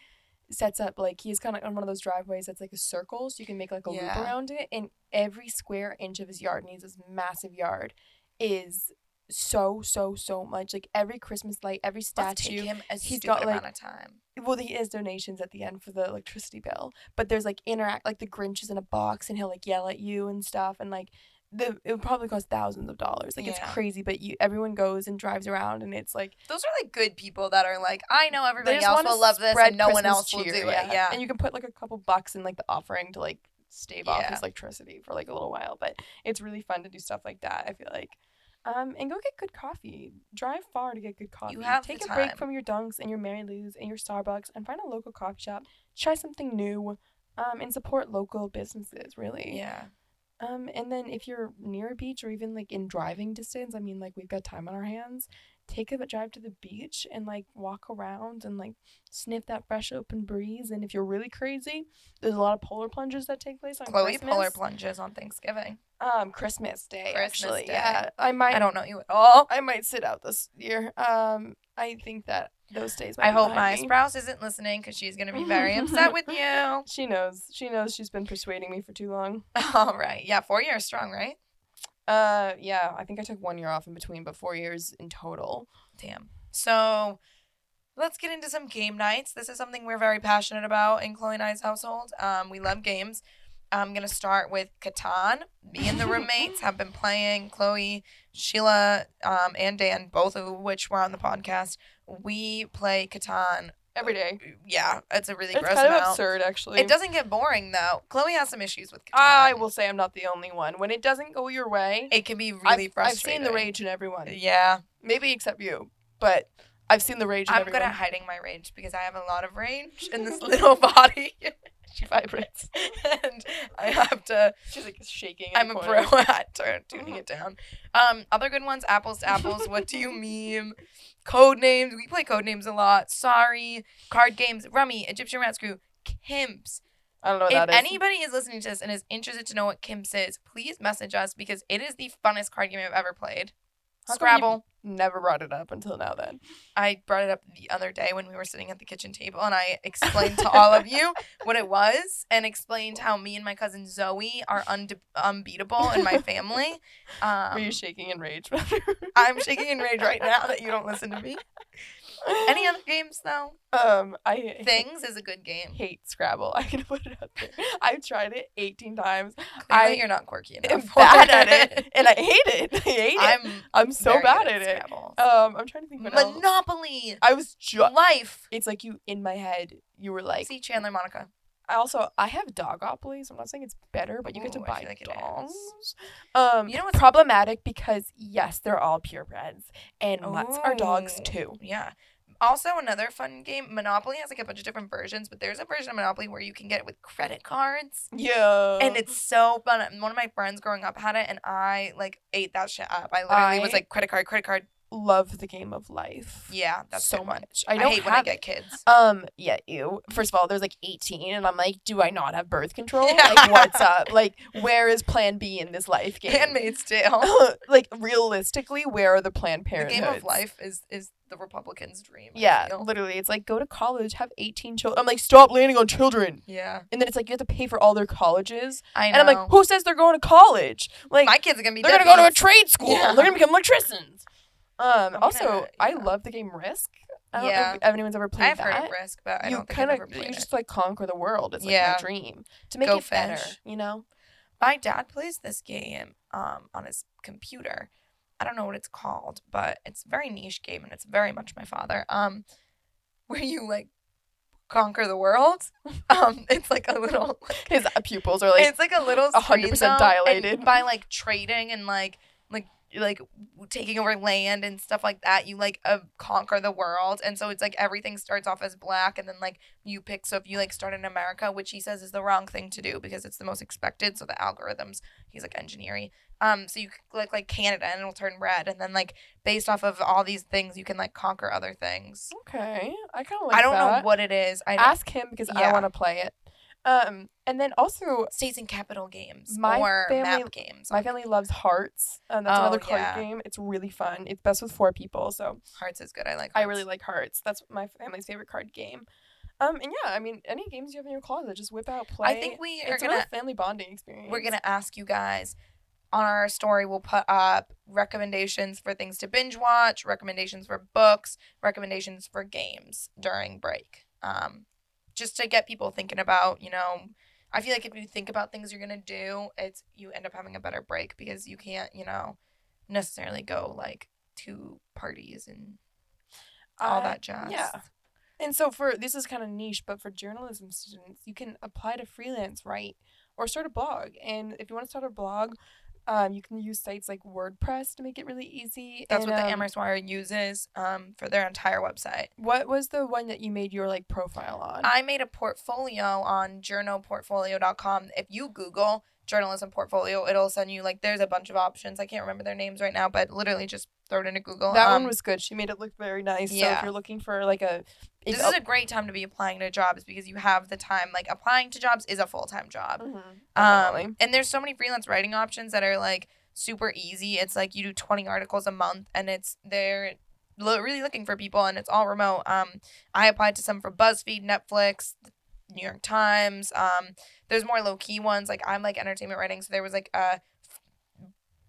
S2: sets up like he's kind of on one of those driveways that's like a circle so you can make like a
S1: Yeah.
S2: loop around it and every square inch of his yard and he's this massive yard is so so so much like every christmas light every
S1: Must take
S2: statue
S1: him a
S2: He's
S1: stupid
S2: got, like-
S1: amount of time.
S2: well he is donations at the end for the electricity bill but there's like interact like the grinch is in a box and he'll like yell at you and stuff and like the it would probably cost thousands of dollars like it's
S1: Yeah.
S2: crazy but you everyone goes and drives around and it's like
S1: Those are like good people that are like, I know everybody
S2: just
S1: else
S2: wanna
S1: will love this,
S2: spread
S1: and no one
S2: Christmas
S1: else will do
S2: cheer,
S1: it. Yeah.
S2: And you can put like a couple bucks in like the offering to like stave off
S1: Yeah.
S2: his electricity for like a little while. But it's really fun to do stuff like that, I feel like. Um, and go get good coffee. Drive far to get good coffee.
S1: have the
S2: Take a break
S1: time.
S2: from your dunks and your Mary Lou's and your Starbucks and find a local coffee shop. Try something new. Um, and support local businesses, really.
S1: yeah.
S2: Um, and then if you're near a beach or even like in driving distance, I mean, like we've got time on our hands, take a drive to the beach and like walk around and like sniff that fresh open breeze. And if you're really crazy, there's a lot of polar plunges that take place on
S1: Chloe
S2: Christmas.
S1: polar plunges on Thanksgiving.
S2: um, Christmas Day.
S1: Christmas
S2: actually,
S1: Day.
S2: yeah, I
S1: I,
S2: might.
S1: don't know you at all.
S2: I might sit out this year. Um, I think that those days. Might
S1: I
S2: be
S1: hope my
S2: behind me.
S1: spouse isn't listening because she's gonna
S2: *laughs*
S1: be very upset with you. *laughs*
S2: She knows. She knows. She's been persuading me for too long.
S1: All right. Yeah, four years strong, right?
S2: Uh, yeah. I think I took one year off in between, but four years in total.
S1: Damn. So let's get into some game nights. This is something we're very passionate about in Chloe and I's household. Um, we love games. I'm gonna start with Catan.
S2: *laughs*
S1: Me and the roommates have been playing. Chloe, Sheila, um, and Dan, both of which were on the podcast. We play Catan.
S2: every day.
S1: Yeah, it's a really
S2: It's
S1: gross
S2: kind of
S1: amount.
S2: absurd, actually.
S1: It doesn't get boring though. Chloe has some issues with Catan.
S2: I will say I'm not the only one. When it doesn't go your way,
S1: It can be really
S2: I've, I've
S1: frustrating.
S2: seen the rage in everyone.
S1: Yeah.
S2: Maybe except you, but I've seen the rage in
S1: I'm
S2: everyone.
S1: good at hiding my rage because I have a lot of rage in this *laughs* little body,
S2: *laughs* She vibrates.
S1: and I have to.
S2: She's like shaking. in
S1: I'm
S2: the
S1: a pro
S2: corner.
S1: *laughs* at turn, tuning it down. Um, other good ones: apples to apples.
S2: *laughs*
S1: what do you mean? Code names. We play code names a lot. Sorry. Card games. Rummy. Egyptian rat screw. Kimps.
S2: I don't know what
S1: if
S2: Oh, that is.
S1: anybody is listening to this and is interested to know what Kimps is, please message us because it is the funnest card game I've ever played.
S2: How come you-
S1: Scrabble.
S2: Never brought it up until now. Then
S1: I brought it up the other day when we were sitting at the kitchen table and I explained to all
S2: *laughs*
S1: of you what it was and explained how me and my cousin Zoe are unde- unbeatable in
S2: *laughs*
S1: my family.
S2: were you
S1: Um,
S2: shaking in rage? *laughs*
S1: I'm shaking in rage right now that you don't listen to me. Any other games
S2: *laughs*
S1: though?
S2: um, I
S1: Things is a good game.
S2: hate Scrabble. *laughs* I can put it out there. I've tried it 18 times.
S1: Clearly
S2: I
S1: you're not quirky
S2: I'm
S1: *laughs* enough.
S2: bad at it, and I hate it. *laughs* I hate it. I'm,
S1: I'm
S2: so
S1: very
S2: bad
S1: good
S2: at, it.
S1: Scrabble.
S2: Um, I'm trying to think what else.
S1: Monopoly.
S2: I was just.
S1: Life.
S2: It's like you in my head. You were like.
S1: See Chandler Monica.
S2: I also I have dogopoly, so I'm not saying it's better, but you get to
S1: Ooh, I
S2: buy
S1: feel like it
S2: dogs.
S1: is.
S2: Um, you
S1: You know
S2: know
S1: what's-
S2: what's problematic because yes, they're all purebreds, and mutts are dogs
S1: Ooh.
S2: too.
S1: Yeah. Also, another fun game, Monopoly has like a bunch of different versions, but there's a version of Monopoly where you can get it with credit cards.
S2: Yeah,
S1: And it's
S2: Oh.
S1: so fun. And One of my friends growing up had it, and I like ate that shit up. I literally was
S2: I-
S1: like, credit card, credit card.
S2: love the game of life.
S1: Yeah, that's
S2: so
S1: so much.
S2: much.
S1: I,
S2: I don't
S1: hate
S2: have
S1: when I get
S2: it. *laughs*
S1: kids.
S2: Um, yeah, ew. First of all, there's like 18, and I'm like, do I not have birth
S1: *laughs*
S2: control?
S1: Yeah.
S2: Like, what's up? Like, where is Plan B in this life game? *laughs*
S1: Handmaid's Tale.
S2: like, realistically, where are the Planned
S1: the
S2: Parenthood?
S1: game of life is is the Republicans' dream. I
S2: Yeah,
S1: feel.
S2: literally. It's like go to college, have 18 children. I'm like, stop landing on children.
S1: Yeah.
S2: And then it's like you have to pay for all their colleges.
S1: I know.
S2: And I'm like, who says they're going to college? Like
S1: my kids are gonna be
S2: they're going to go to a
S1: deadbeats.
S2: trade school.
S1: Yeah.
S2: They're going to become electricians. Um
S1: gonna-
S2: also, I
S1: yeah.
S2: love the game Risk. I don't
S1: Yeah.
S2: know if anyone's ever played
S1: I've
S2: that.
S1: heard of Risk, but I
S2: you
S1: don't think I've
S2: kinda
S1: ever played
S2: you
S1: it.
S2: just like conquer the world. It's like
S1: Yeah.
S2: my dream to make
S1: Go
S2: it better,
S1: fish.
S2: you
S1: *laughs*
S2: know?
S1: my dad plays this game um, on his computer. I don't know what it's called, but it's a very niche game and it's very much my father. Um, *laughs* where you like conquer the world. *laughs* Um, it's like a little,
S2: His uh, pupils are like
S1: it's like a little
S2: a hundred
S1: screen,
S2: percent
S1: though, and
S2: dilated.
S1: by like trading and like like like taking over land and stuff like that. You like uh, conquer the world, and so it's like everything starts off as black, and then like you pick. So if you like start in America, which he says is the wrong thing to do because it's the most expected. So the algorithms, he's like engineering. Um, so you could click like Canada and it'll turn red, and then like based off of all these things, you can like conquer other things.
S2: okay. I kind of like
S1: I don't
S2: that.
S1: know what it is. I
S2: Ask him because
S1: Yeah.
S2: I want to play it. Um, and then also,
S1: States and capital games
S2: My
S1: or
S2: family-
S1: map games.
S2: my family loves Hearts. Um, that's
S1: Oh,
S2: another card
S1: yeah.
S2: game. It's really fun. It's best with four people. So
S1: Hearts is good. I like.
S2: I
S1: Hearts.
S2: really like Hearts. That's my family's favorite card game. Um, and yeah, I mean, any games you have in your closet, just whip out, play.
S1: I think we are
S2: it's a
S1: gonna
S2: real family bonding experience.
S1: we're gonna ask you guys on our story. We'll put up recommendations for things to binge watch, recommendations for books, recommendations for games during break. Um, just to get people thinking about, you know, I feel like if you think about things you're gonna do, it's you end up having a better break because you can't, you know, necessarily go like to parties and all
S2: I-
S1: that jazz.
S2: Uh, yeah. And so for this is kind of niche, but for journalism students, you can apply to freelance, right? Or start a blog. And if you want to start a blog, um, you can use sites like WordPress to make it really easy.
S1: That's
S2: And,
S1: what the
S2: um,
S1: Amherst Wire uses um, for their entire website.
S2: What was the one that you made your like profile on?
S1: I made a portfolio on journalportfolio.com. If you Google journalism portfolio, it'll send you like there's a bunch of options. I can't remember their names right now, but literally just throw it into Google.
S2: that
S1: Um,
S2: one was good. She made it look very nice. So
S1: yeah.
S2: if you're looking for like a,
S1: This
S2: Oh. *laughs*
S1: is a great time to be applying to jobs because you have the time. Like applying to jobs is a full time job.
S2: Mm-hmm. Definitely.
S1: Um, and there's so many freelance writing options that are like super easy. It's like you do 20 articles a month, and it's they're lo- really looking for people, and it's all remote. Um, I applied to some for BuzzFeed, Netflix, New York Times. Um, there's more low key ones. Like I'm like entertainment writing, so there was like a,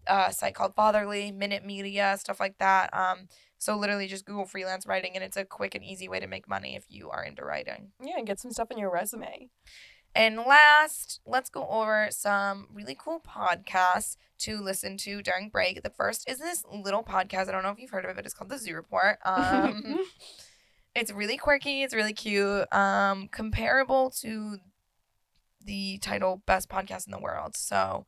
S1: a site called Fatherly, Minute Media, stuff like that. Um, so literally just Google freelance writing, and it's a quick and easy way to make money if you are into writing.
S2: yeah, and get some stuff on your resume.
S1: And last, let's go over some really cool podcasts to listen to during break. The first is this little podcast. I don't know if you've heard of it, but it's called The Zoo
S2: *laughs*
S1: Report. Um, it's really quirky. It's really cute. Um, comparable to the title "Best Podcast in the World." So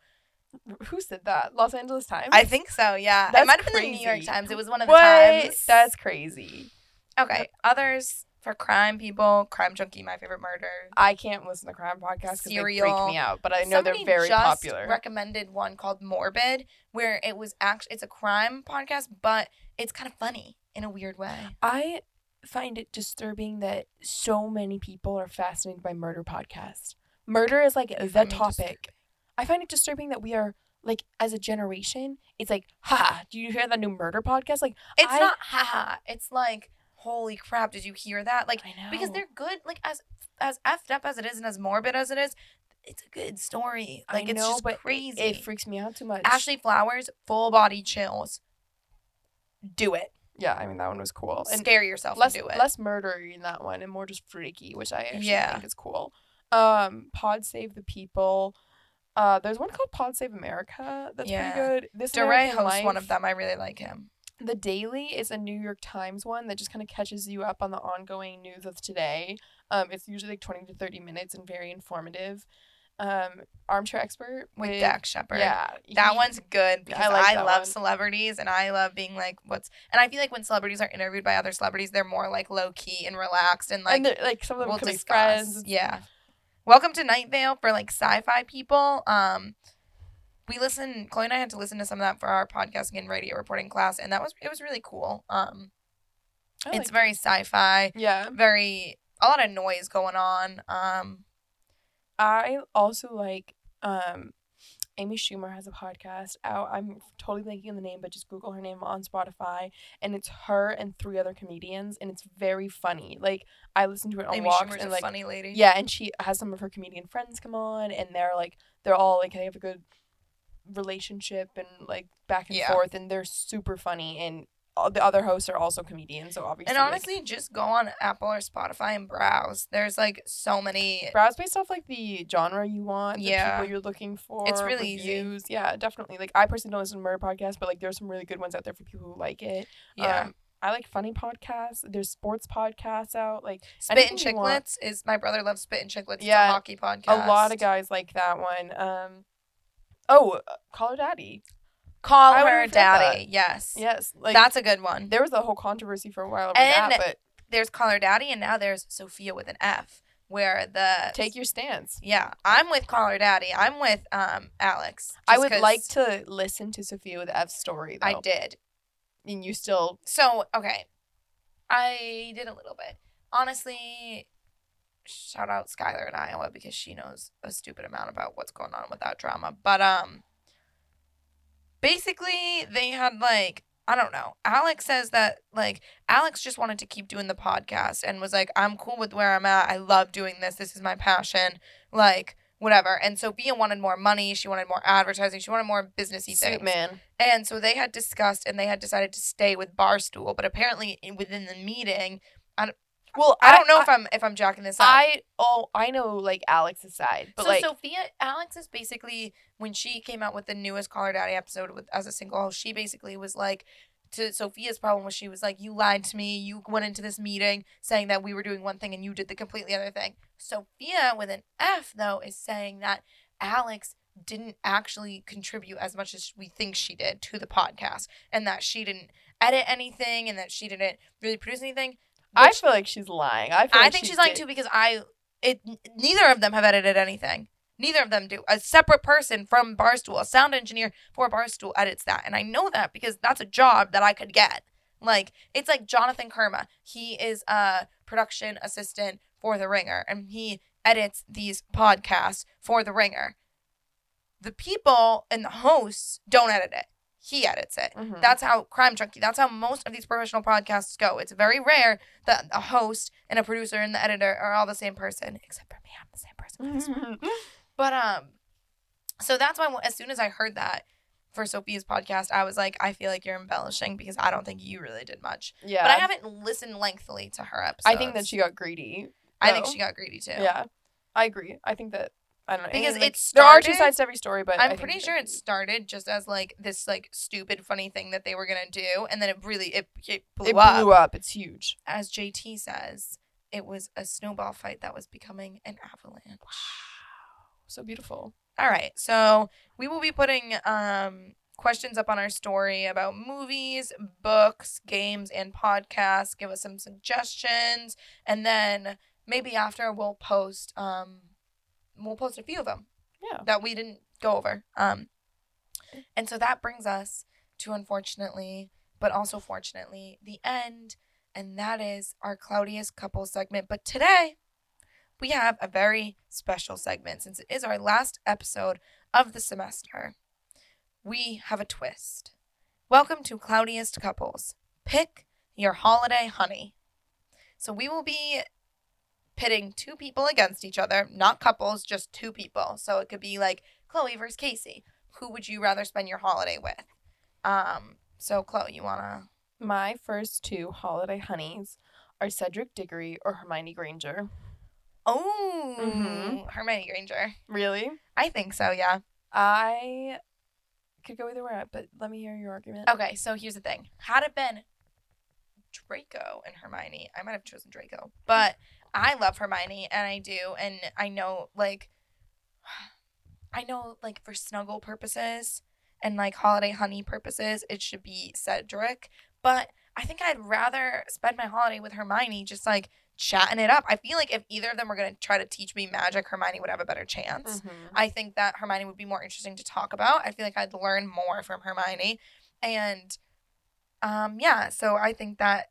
S2: Who said that? Los Angeles Times.
S1: I think so. Yeah,
S2: That's
S1: it might have been the New York
S2: crazy.
S1: Times. It was one of the
S2: what?
S1: times.
S2: That's crazy.
S1: okay. Others for crime people, Crime Junkie, My Favorite Murder.
S2: I can't listen to crime podcasts because they freak
S1: Serial.
S2: me out. But I know
S1: Somebody
S2: they're very
S1: just
S2: popular.
S1: Recommended one called Morbid, where it was actually it's a crime podcast, but it's kind of funny in a weird way.
S2: I find it disturbing that so many people are fascinated by murder podcasts. Murder is like the
S1: find me
S2: topic. I find it disturbing that we are like as a generation, it's like, ha, do you hear that new murder podcast? Like
S1: It's
S2: I-
S1: not haha. It's like holy crap! Did you hear that? Like
S2: I know
S1: because they're good. Like as as effed up as it is and as morbid as it is, it's a good story.
S2: I
S1: Like it's
S2: know,
S1: just
S2: but it-
S1: crazy.
S2: it freaks me out too much.
S1: Ashley Flowers, full body chills. Do it.
S2: Yeah, I mean that one was cool. And
S1: Scare yourself
S2: less
S1: and do it.
S2: less murdery in that one and more just freaky, which I actually
S1: Yeah.
S2: think is cool. Um, Pod Save the People. Uh, there's one called Pod Save America that's
S1: Yeah.
S2: pretty good. This
S1: DeRay
S2: American
S1: hosts one
S2: Life-
S1: of them. I really like him.
S2: The Daily is a New York Times one that just kind of catches you up on the ongoing news of today. Um, it's usually like 20 to 30 minutes and very informative. Um, Armchair Expert
S1: With Dax Shepard.
S2: Yeah.
S1: That
S2: he-
S1: one's good because I,
S2: like that
S1: love
S2: one.
S1: celebrities and I love being like what's and I feel like when celebrities are interviewed by other celebrities they're more like low key and relaxed and like
S2: and they're- like some of them
S1: we'll
S2: could be
S1: discuss.
S2: friends.
S1: Yeah. Welcome to Night Vale for like sci-fi people. Um we listen Chloe and I had to listen to some of that for our podcasting and radio reporting class and that was it was really cool. Um
S2: I
S1: it's
S2: like-
S1: very sci-fi,
S2: Yeah.
S1: very a lot of noise going on. Um
S2: I also like um, Amy Schumer has a podcast out. I'm totally blanking on the name, but just Google her name on Spotify. And it's her and three other comedians. And it's very funny. Like, I listen to it on
S1: Amy
S2: walks.
S1: Schumer's
S2: and
S1: a
S2: like,
S1: funny lady.
S2: Yeah, and she has some of her comedian friends come on, and they're like, they're all like, they have a good relationship and like back and
S1: Yeah.
S2: forth, and they're super funny. And all the other hosts are also comedians, so obviously.
S1: And honestly, just go on Apple or Spotify and browse. There's like so many.
S2: browse based off like the genre you want, the
S1: Yeah.
S2: people you're looking for.
S1: really easy.
S2: reviews. Yeah, definitely. Like, I personally don't listen to murder podcasts, but like, there's some really good ones out there for people who like it.
S1: Yeah.
S2: Um, I like funny podcasts. There's sports podcasts out. Like,
S1: Spit and
S2: anything you want.
S1: Chicklets is my brother loves Spit and Chicklets.
S2: Yeah,
S1: It's a hockey podcast.
S2: a lot of guys like that one. Um, oh, Call Her Daddy.
S1: Call
S2: I
S1: her
S2: wouldn't forget
S1: daddy. Yes.
S2: Yes, like
S1: That's a good one.
S2: there was a whole controversy for a while over
S1: And-
S2: that, but
S1: There's Call her daddy, and now there's Sophia with an F, where the
S2: take your stance.
S1: Yeah, I'm with Call her daddy. I'm with um Alex.
S2: I
S1: just
S2: would
S1: 'cause
S2: like to listen to Sophia with F's story though.
S1: I did.
S2: And you still
S1: So okay, I did a little bit. Honestly, shout out Skylar in Iowa because she knows a stupid amount about what's going on with that drama. But um basically they had like I don't know. Alex says that like Alex just wanted to keep doing the podcast and was like, I'm cool with where I'm at. I love doing this. This is my passion. Like whatever. And Sophia wanted more money. She wanted more advertising. She wanted more businessy things.
S2: Suit man.
S1: And so they had discussed and they had decided to stay with Barstool, but apparently in- within the meeting,
S2: Well,
S1: I don't know if I'm if I'm jacking this up.
S2: I oh I know like Alex's side, but
S1: so
S2: like
S1: Sophia Alex is basically when she came out with the newest Caller Daddy episode with as a single host, she basically was like to Sophia's problem was she was like, You lied to me, you went into this meeting saying that we were doing one thing and you did the completely other thing. Sophia with an F though is saying that Alex didn't actually contribute as much as we think she did to the podcast and that she didn't edit anything and that she didn't really produce anything.
S2: I
S1: which-
S2: feel like she's lying. I feel
S1: I
S2: like
S1: think
S2: she
S1: she's lying
S2: did-
S1: too because I it neither of them have edited anything. Neither of them do. A separate person from Barstool, a sound engineer for Barstool edits that. And I know that because that's a job that I could get. Like it's like Jonathan Kerma. He is a production assistant for The Ringer and he edits these podcasts for The Ringer. The people and the hosts don't edit it. He edits it.
S2: *laughs* Mhm.
S1: That's how Crime Junkie, that's how most of these professional podcasts go. It's very rare that a host and a producer and the editor are all the same person, except for me. I'm the same person. for this
S2: Mm-hmm.
S1: one. But, um, so that's why as soon as I heard that for Sophie's podcast, I was like, I feel like you're embellishing because I don't think you really did much.
S2: yeah.
S1: But I haven't listened lengthily to her episode.
S2: I think that she got greedy.
S1: I think
S2: though.
S1: she got greedy too.
S2: Yeah. I agree. I think that I don't know
S1: Because
S2: and, like,
S1: it
S2: there are two
S1: started-
S2: sides to every story, but I
S1: I'm
S2: think
S1: pretty
S2: that-
S1: sure it started just as like this like stupid funny thing that they were gonna do, and then it really it it blew
S2: it
S1: up.
S2: blew up. It's huge.
S1: as JT says, it was a snowball fight that was becoming an avalanche.
S2: So beautiful.
S1: All right, so we will be putting um, questions up on our story about movies, books, games, and podcasts. Give us some suggestions, and then maybe after we'll post um, we'll post a few of them
S2: Yeah.
S1: that we didn't go over. Um, and so that brings us to unfortunately, but also fortunately, the end. And that is our Cloudiest Couple segment. But today, we have a very special segment since it is our last episode of the semester. We have a twist. Welcome to Cloudiest Couples. Pick your holiday honey. So we will be pitting two people against each other, not couples, just two people. So it could be like Chloe versus Casey. Who would you rather spend your holiday with? Um, so Chloe, you wanna
S2: My first two holiday honeys are Cedric Diggory or Hermione Granger.
S1: Oh
S2: Mhm.
S1: Hermione Granger.
S2: Really?
S1: I think so, yeah.
S2: I could go either way, but let me hear your argument.
S1: Okay, so here's the thing. Had it been Draco and Hermione, I might have chosen Draco. But I love Hermione and I do and I know like *sighs* I know like for snuggle purposes and like holiday honey purposes, it should be Cedric, but I think I'd rather spend my holiday with Hermione just like chatting it up. I feel like if either of them were going to try to teach me magic, Hermione would have a better chance.
S2: Mhm.
S1: I think that Hermione would be more interesting to talk about. I feel like I'd learn more from Hermione. And um yeah, so I think that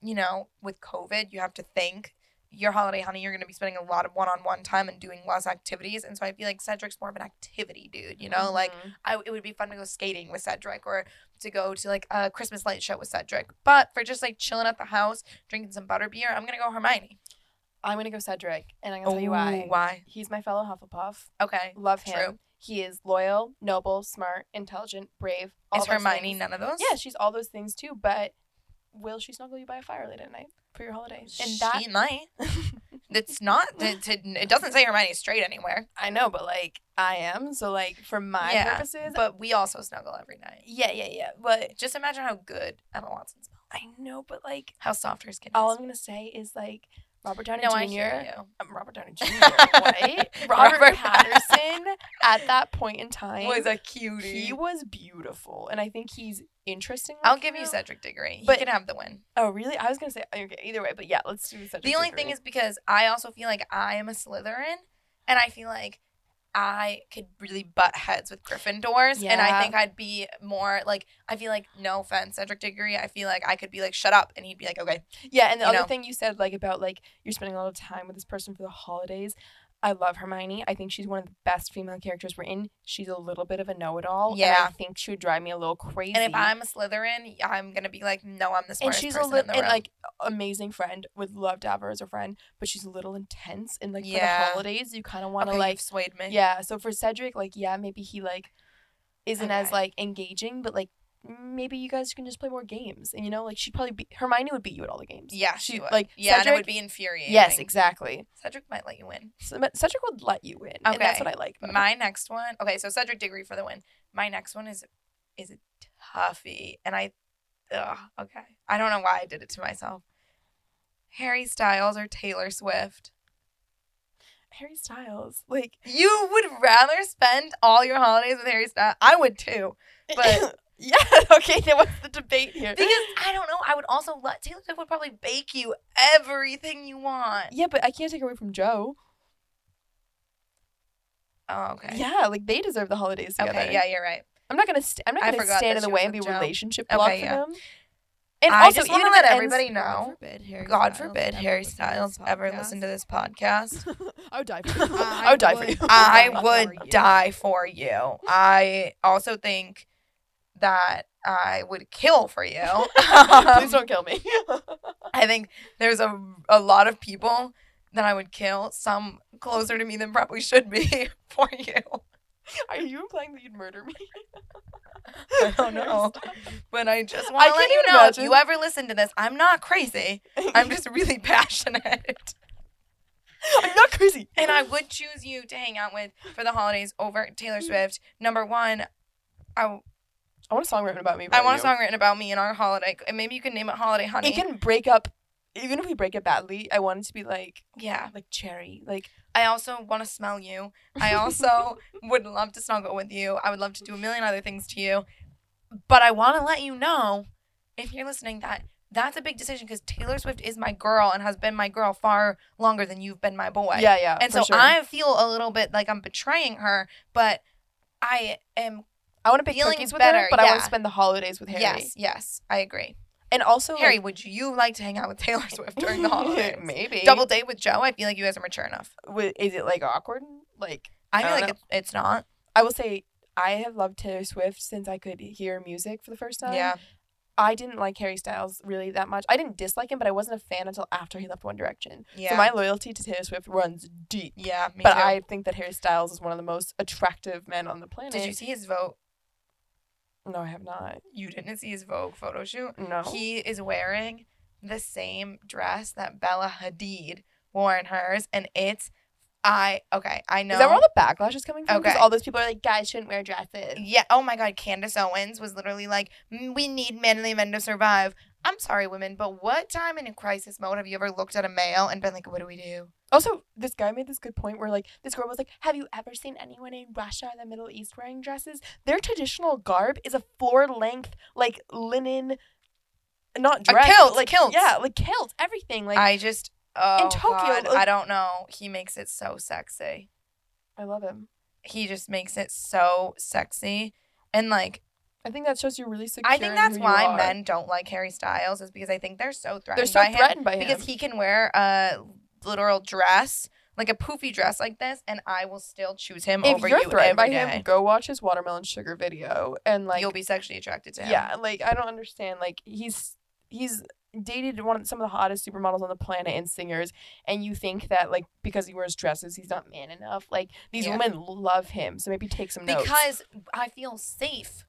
S1: you know, with COVID, you have to think your holiday honey, you're going to be spending a lot of one-on-one time and doing less activities. And so I feel like Cedric's more of an activity dude, you know? Like
S2: Mhm.
S1: I, it would be fun to go skating with Cedric or to go to like a Christmas light show with Cedric. But for just like chilling at the house, drinking some butterbeer, I'm going to go Hermione.
S2: I'm gonna go Cedric, and I'm gonna tell you why.
S1: Why?
S2: He's my fellow Hufflepuff.
S1: Okay.
S2: Love him.
S1: Oh, True.
S2: He is loyal, noble, smart, intelligent, brave. All
S1: Is
S2: those
S1: Hermione
S2: things.
S1: none of those?
S2: Yeah, she's all those things too. But will she snuggle you by a fire late at night for your holidays? And that
S1: she
S2: *laughs*
S1: might. it's not. It, it it doesn't say Hermione's straight anywhere.
S2: I know, but like I am. So like for my
S1: Yeah,
S2: purposes,
S1: But we also snuggle every night.
S2: yeah, yeah, yeah. But
S1: Just imagine how good Emma Watson smells.
S2: I know, but like
S1: How soft her skin is.
S2: all I'm gonna say is like Robert Downey
S1: no,
S2: Jr.
S1: I hear you.
S2: um, Robert Downey Jr. What? Robert,
S1: *laughs* Robert-
S2: Patterson at that point in time
S1: a cutie.
S2: he was beautiful, and I think he's interesting.
S1: I'll
S2: looking
S1: give you
S2: now.
S1: Cedric Diggory.
S2: But-
S1: he can have the win.
S2: Oh, really? I was gonna say okay. Either way, but yeah, let's do Cedric.
S1: The only
S2: Diggory.
S1: thing is because I also feel like I am a Slytherin, and I feel like I could really butt heads with Gryffindors, and I
S2: Yeah.
S1: think I'd be more like I feel like no offense, Cedric Diggory. I feel like I could be like shut up, and he'd be like okay.
S2: Yeah, and the
S1: you
S2: other
S1: know.
S2: thing you said, like about like you're spending a lot of time with this person for the holidays. I love Hermione. I think she's one of the best female characters we're in. She's a little bit of a know-it-all. and
S1: Yeah.
S2: I think she would drive me a little crazy.
S1: And if I'm a Slytherin, I'm gonna be like no, I'm the
S2: and
S1: smartest
S2: she's a
S1: person
S2: little
S1: in the
S2: and
S1: room.
S2: like amazing friend. Would love to have her as a friend, but she's a little intense. And like for
S1: Yeah.
S2: the holidays, you kind of want to
S1: okay,
S2: like
S1: you've swayed me.
S2: yeah. So for Cedric, like yeah, maybe he like isn't as
S1: Okay.
S2: like engaging, but like maybe you guys can just play more games. And you know, like she'd probably be Hermione would beat you at all the games.
S1: yeah, she would.
S2: like
S1: yeah,
S2: Cedric,
S1: and it would be infuriating.
S2: Yes, exactly.
S1: Cedric might let you win.
S2: So, but Cedric would let you in. And that's
S1: Okay.
S2: what I like. About
S1: My next one, okay, so Cedric Diggory for the win. My next one is is a toughie, and I, ugh, okay, I don't know why I did it to myself. Harry Styles or Taylor Swift.
S2: Harry Styles. Like
S1: You would rather spend all your holidays with Harry Styles. I
S2: *laughs*
S1: would too,
S2: but
S1: But-
S2: Yeah, *laughs* okay, then what's the debate here?
S1: because I don't know. I would also let Taylor Swift would probably bake you everything you want.
S2: yeah, but I can't take away from Joe.
S1: Oh, okay.
S2: Yeah, like they deserve the holidays together.
S1: Okay, yeah, you're right
S2: I'm not gonna. St- I'm not
S1: I
S2: gonna
S1: forgot
S2: stand
S1: that
S2: in the
S1: she
S2: way
S1: was
S2: and be
S1: with
S2: a
S1: Joe.
S2: relationship
S1: Okay,
S2: block for
S1: yeah.
S2: them. And
S1: I
S2: also,
S1: just wanna
S2: even
S1: let
S2: if it ends-
S1: everybody
S2: *laughs*
S3: God
S1: know.
S3: forbid Harry
S1: God
S3: Styles
S1: forbid
S3: ever
S1: Harry
S3: listens to
S1: Styles
S3: this
S1: ever
S3: podcast.
S1: listen to this podcast. *laughs*
S3: I would die for you.
S2: I would die for you. *laughs*
S1: I
S3: die for
S1: would
S3: you.
S1: die for you. I also think that I would kill for *laughs* you.
S2: *laughs* Please don't kill
S1: *laughs*
S2: me.
S1: I think there's a, a lot of people that I would kill, some closer to me than probably should be *laughs* for you.
S2: Are you implying that you'd murder me?
S1: *laughs* I
S2: *laughs*
S1: don't know. But I just
S2: I
S1: want to
S2: can't
S1: let you
S2: even
S1: know if
S2: imagine.
S1: you ever listen to this, I'm not crazy. I'm just really *laughs* passionate.
S2: *laughs* I'm not crazy. *laughs*
S1: And I would choose you to hang out with for the holidays over Taylor
S2: Mm.
S1: Swift. Number one, I,
S2: I want a song written about me. by
S1: I want a
S2: you.
S1: song written about me and our holiday. And maybe you can name it Holiday Honey.
S2: It can break up. Even if we break it badly, I want it to be like
S1: yeah.
S2: like cherry. Like
S1: I also want to smell you.
S2: *laughs*
S1: I also would love to snuggle with you. I would love to do a million other things to you. But I want to let you know, if you're listening, that that's a big decision because Taylor Swift is my girl and has been my girl far longer than you've been my boy.
S2: yeah, yeah.
S1: And
S2: for
S1: so
S2: sure.
S1: I feel a little bit like I'm betraying her, but I am.
S2: I want to pick
S1: feeling
S2: cookies with her,
S1: better,
S2: but I want
S1: yeah.
S2: to spend the holidays with Harry.
S1: Yes, yes, I agree.
S2: And also
S1: Harry,
S2: like,
S1: would you like to hang out with *laughs* Taylor Swift
S2: *laughs*
S1: during the holidays?
S2: Maybe
S1: Double date with Joe? I feel like you guys are mature enough.
S2: *laughs* Wi- Is it like awkward? Like
S1: I feel
S2: don't
S1: like
S2: know.
S1: it, it's not.
S2: I will say, I have loved Taylor Swift since I could hear music for the first time.
S1: yeah.
S2: I didn't like Harry Styles really that much. I didn't dislike him, but I wasn't a fan until after he left One Direction.
S1: Yeah.
S2: So my loyalty to Taylor Swift runs deep.
S1: yeah. Me
S2: but
S1: too.
S2: I think that Harry Styles is one of the most attractive men on the planet.
S1: Did you see his vote?
S2: No, I have not.
S1: You didn't see his Vogue photo shoot.
S2: No.
S1: He is wearing the same dress that Bella Hadid wore in hers, and it's I okay. I know.
S2: Is that where all the backlash is coming from? Because
S1: Okay.
S2: all those people are like, guys shouldn't wear dresses.
S1: yeah. Oh my God. Candace Owens was literally like, "Mm, "We need manly men to survive." I'm sorry, women, but what time in a crisis mode have you ever looked at a male and been like, "What do we do?"
S2: Also, this guy made this good point where like this girl was like, "Have you ever seen anyone in Russia or the Middle East wearing dresses? Their traditional garb is a floor length like linen, not dress, but,
S1: kilt,
S2: like
S1: kilts.
S2: yeah, like kilt, everything. Like I,
S1: I just oh
S2: Tokyo,
S1: God,
S2: like-
S1: I don't know. He makes it so sexy.
S2: love him.
S1: He just makes it so sexy, and like
S2: I think that shows you're really secure.
S1: I think
S2: in
S1: that's
S2: who you
S1: why
S2: are.
S1: men don't like Harry Styles is because I think they're so threatened
S2: they're so
S1: by him
S2: threatened by him
S1: because he can wear a literal dress, like a poofy dress like this, and I will still choose him
S2: if
S1: over
S2: you're
S1: you
S2: threatened by
S1: every
S2: him,
S1: day.
S2: go watch his watermelon sugar video and like
S1: You'll be sexually attracted to him.
S2: Yeah, like I don't understand. Like he's he's dated one of some of the hottest supermodels on the planet and singers, and you think that like because he wears dresses, he's not man enough. Like these
S1: Yeah.
S2: women love him, so maybe take some notes.
S1: because I feel safe.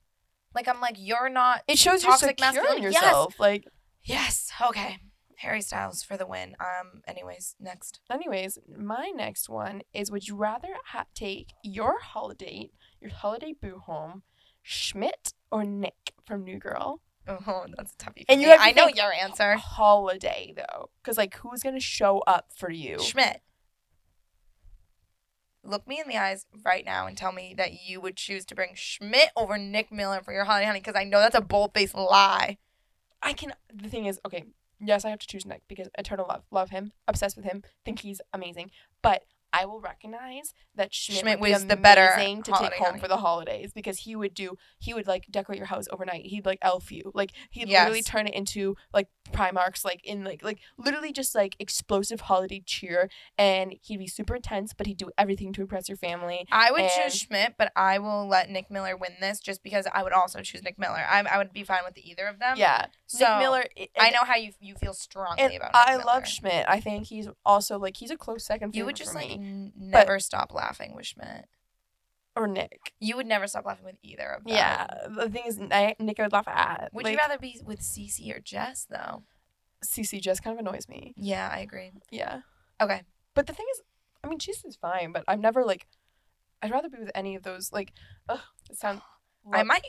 S1: Like I'm like you're not.
S2: it shows you're
S1: toxic
S2: secure in
S1: masculinity- yes.
S2: yourself. Like,
S1: Yes. Okay. Harry Styles for the win. Um. Anyways, next. *laughs*
S2: anyways, my next one is: Would you rather ha- take your holiday, your holiday boo home, Schmidt or Nick from New Girl?
S1: Oh, that's a toughie. for
S2: And you
S1: me.
S2: have to
S1: I know
S2: think-
S1: your answer.
S2: Holiday though, because like who's gonna show up for you?
S1: Schmidt, look me in the eyes right now and tell me that you would choose to bring Schmidt over Nick Miller for your holiday honey, because I know that's a bold faced lie.
S2: I can. The thing is, okay, yes, I have to choose Nick because eternal love, love him, obsessed with him, think he's amazing. But I will recognize that Schmidt,
S1: Schmidt
S2: would be
S1: was the better
S2: amazing to
S1: holiday
S2: take home
S1: honey.
S2: for the holidays because he would do he would like decorate your house overnight. He'd like elf you. Like he'd literally
S1: Yes.
S2: turn it into like Primark's like in like like literally just like explosive holiday cheer and he'd be super intense, but he'd do everything to impress your family.
S1: I would
S2: And-
S1: choose Schmidt, but I will let Nick Miller win this just because I would also choose Nick Miller. I, I would be fine with either of them.
S2: yeah.
S1: Um, So
S2: Nick Miller
S1: I know how you you feel strongly
S2: and
S1: about. Nick
S2: I
S1: Miller.
S2: love Schmidt. I think he's also like he's a close second
S1: You
S2: favorite
S1: would just
S2: for
S1: like
S2: me.
S1: n- never stop laughing with Schmidt.
S2: or Nick.
S1: You would never stop laughing with either of them.
S2: Yeah, the thing is, Ni- Nick I would laugh at.
S1: Oh. Would you
S2: Like,
S1: rather be with Cece or Jess though?
S2: CC just kind of annoys me.
S1: Yeah, I agree.
S2: Yeah,
S1: Okay.
S2: but the thing is, I mean, Chase is fine, but I've never like. I'd rather be with any of those. Like, ugh, it
S1: *sighs*
S2: sounds.
S1: I
S2: Love-
S1: might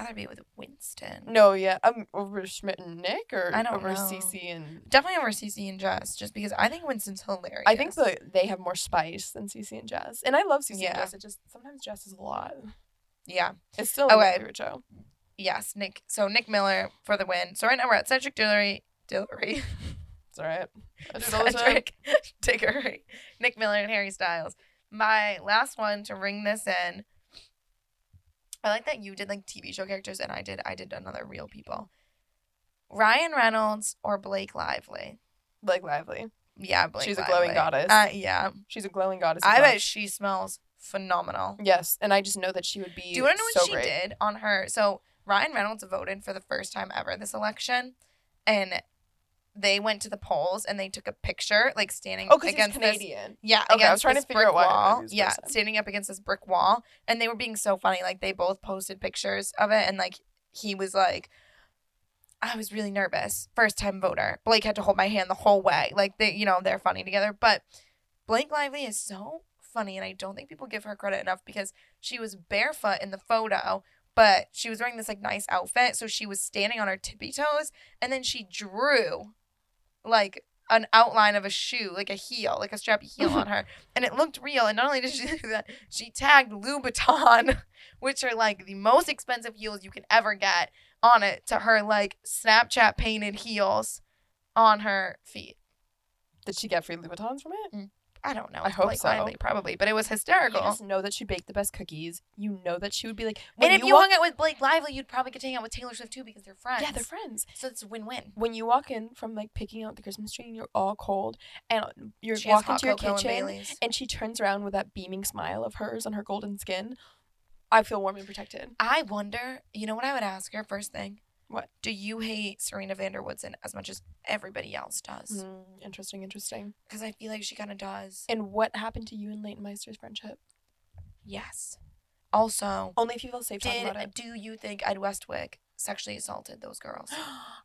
S1: rather be with Winston.
S2: No, yeah, I'm over Schmidt and Nick, or
S1: I don't
S2: over
S1: know.
S2: CC and.
S1: Definitely over Cece and Jess, just because I think Winston's hilarious.
S2: I think that they have more spice than CC and Jazz, and I love CC
S1: Yeah.
S2: and Jazz. It just sometimes Jazz is a lot.
S1: yeah,
S2: It's still my
S1: Okay.
S2: favorite show.
S1: yes, Nick. So Nick Miller for the win. So right now we're at Cedric Dillery, Dillery,
S2: It's all right. I
S1: *laughs*
S2: do it all the time.
S1: Cedric Diggory, Nick Miller, and Harry Styles. My last one to ring this in. I like that you did like TV show characters and I did I did another real people. Ryan Reynolds or Blake Lively.
S2: Blake Lively.
S1: Yeah, Blake.
S2: She's a
S1: Lively.
S2: glowing goddess.
S1: Uh, yeah,
S2: She's a glowing goddess. of
S1: I
S2: love.
S1: bet she smells phenomenal.
S2: Yes, and I just know that she would be.
S1: Do you want to know
S2: so
S1: what she
S2: great.
S1: did on her? So Ryan Reynolds voted for the first time ever this election, and they went to the polls and they took a picture, like standing
S2: Oh, because he's
S1: against this.
S2: Canadian.
S1: Yeah,
S2: Okay, I was
S1: against
S2: trying to
S1: this
S2: figure
S1: brick
S2: out why I
S1: wall.
S2: knew this
S1: Yeah,
S2: person.
S1: standing up against this brick wall, and they were being so funny. Like they both posted pictures of it, and like he was like. I was really nervous. First time voter. Blake had to hold my hand the whole way. Like they, you know, they're funny together. But Blake Lively is so funny, and I don't think people give her credit enough because she was barefoot in the photo, but she was wearing this like nice outfit. So she was standing on her tippy toes, and then she drew like an outline of a shoe, like a heel, like a strappy
S2: *laughs*
S1: heel on her, and it looked real. And not only did she *laughs* do that, she tagged Louboutin, *laughs* which are like the most expensive heels you can ever get, on it to her like Snapchat painted heels on her feet.
S2: Did she get free Louboutins from it?
S1: I don't know.
S2: I
S1: It's
S2: hope
S1: Blake
S2: so.
S1: Lively, probably, but it was
S2: You
S1: hysterical.
S2: just know that she baked the best cookies. You know that she would be like, when
S1: And if you,
S2: walk-
S1: hung out with Blake Lively, you'd probably get to hang out with Taylor Swift too because they're friends.
S2: yeah, they're friends.
S1: So it's a win-win.
S2: When you walk in from like picking out the Christmas tree and you're all cold, and you're
S1: She has
S2: walking
S1: hot
S2: to your
S1: cocoa and
S2: kitchen, and,
S1: Baileys.
S2: she turns around with that beaming smile of hers on her golden skin. I feel warm and protected.
S1: I wonder. You know what I would ask her first thing?
S2: What?
S1: Do you hate Serena Vanderwoodson as much as everybody else does?
S2: Mm, interesting, interesting.
S1: Because I feel like she kind of does.
S2: And what happened to you and Leighton Meister's friendship?
S1: Yes. Also,
S2: Only if you feel safe talking about
S1: did
S2: it.
S1: do you think Ed Westwick sexually assaulted
S2: *gasps*
S1: those girls?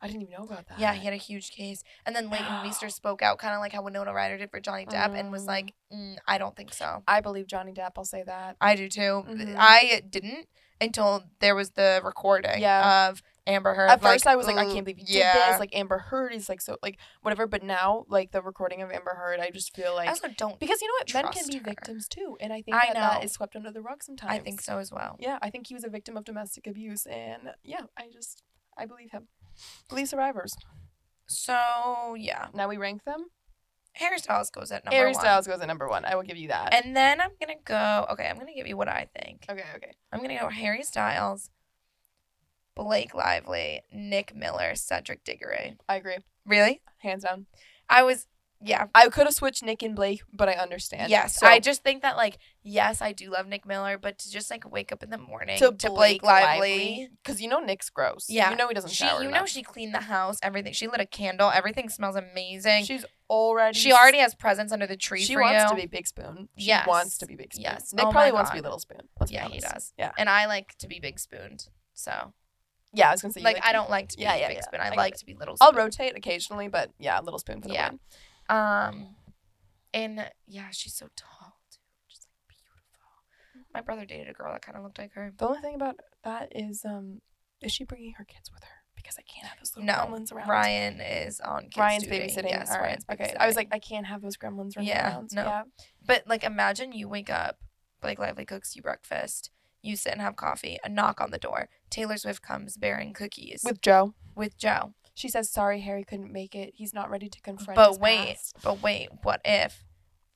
S2: I didn't even know about that.
S1: Yeah, he had a huge case. And then
S2: *gasps*
S1: Leighton Meester spoke out, kind of like how Winona Ryder did for Johnny Depp, and was
S2: Mm.
S1: like, mm, I don't think so.
S2: I believe Johnny Depp. I'll say that.
S1: I do too.
S2: Mhm.
S1: I didn't until there was the recording
S2: Yeah.
S1: of Amber Heard.
S2: At first, I was like, mm, I
S1: "Ooh,
S2: can't believe you did
S1: yeah."
S2: this. Like Amber Heard is like so like whatever. But now, like the recording of Amber Heard, I just feel
S1: I
S2: like
S1: also don't.
S2: because you know what, men can
S1: trust
S2: be
S1: her.
S2: victims too, and I think
S1: I
S2: that, that
S1: know.
S2: is swept under the rug sometimes.
S1: I think so as well.
S2: Yeah, I think he was a victim of domestic abuse, and yeah, I just I believe him. Believe survivors.
S1: So yeah,
S2: Now we rank them.
S1: Harry Styles goes at number
S2: Harry
S1: one.
S2: Styles goes at number one. I will give you that.
S1: And then I'm gonna go. Okay, I'm gonna give you what I think.
S2: okay, okay.
S1: I'm gonna go Harry Styles, Blake Lively, Nick Miller, Cedric Diggory.
S2: I agree,
S1: Really?
S2: hands down.
S1: I was. Yeah,
S2: I could have switched Nick and Blake, but I understand.
S1: Yes,
S2: So-
S1: I just think that like yes, I do love Nick Miller, but to just like wake up in the morning to, Blake, Lively,
S2: because you know Nick's gross.
S1: Yeah.
S2: you know he doesn't
S1: she
S2: shower.
S1: you know
S2: enough.
S1: she cleaned the house, everything. She lit a candle, everything smells amazing. She,
S2: she's already
S1: already has presents under the tree
S2: she
S1: for
S2: wants
S1: you.
S2: to be Big Spoon. She
S1: Yes.
S2: wants to be Big Spoon.
S1: Yes.
S2: Nick
S1: Oh my
S2: probably wants to be
S1: God.
S2: Little Spoon. Let's be
S1: yeah, he
S2: honest.
S1: does.
S2: Yeah.
S1: and I like to be big spooned. So
S2: Yeah, I was gonna say you
S1: like,
S2: to-
S1: I don't like to be
S2: Yeah, yeah,
S1: big
S2: yeah.
S1: spoon.
S2: I
S1: I,
S2: get
S1: like
S2: it.
S1: to be little.
S2: I'll
S1: Spoon.
S2: rotate occasionally, but yeah, Little Spoon for the
S1: Yeah.
S2: win.
S1: Um, and yeah, she's so tall too, just like beautiful. My brother dated a girl that kind of looked like her.
S2: The only thing about that is, um, is she bringing her kids with her? Because I can't have those little
S1: No,
S2: gremlins around.
S1: Ryan is on kids
S2: Ryan's
S1: duty.
S2: babysitting.
S1: Yes,
S2: All right.
S1: Ryan's
S2: okay. I was
S1: babysitting.
S2: like, I can't have those gremlins running
S1: Yeah,
S2: around.
S1: no.
S2: Yeah.
S1: But like, imagine you wake up, Blake Lively cooks you breakfast, you sit and have coffee, a knock on the door, Taylor Swift comes bearing cookies with,
S2: With Joe,
S1: Joe.
S2: she says, "Sorry, Harry couldn't make it. He's not ready to confront."
S1: But
S2: his
S1: wait,
S2: past."
S1: but wait, what if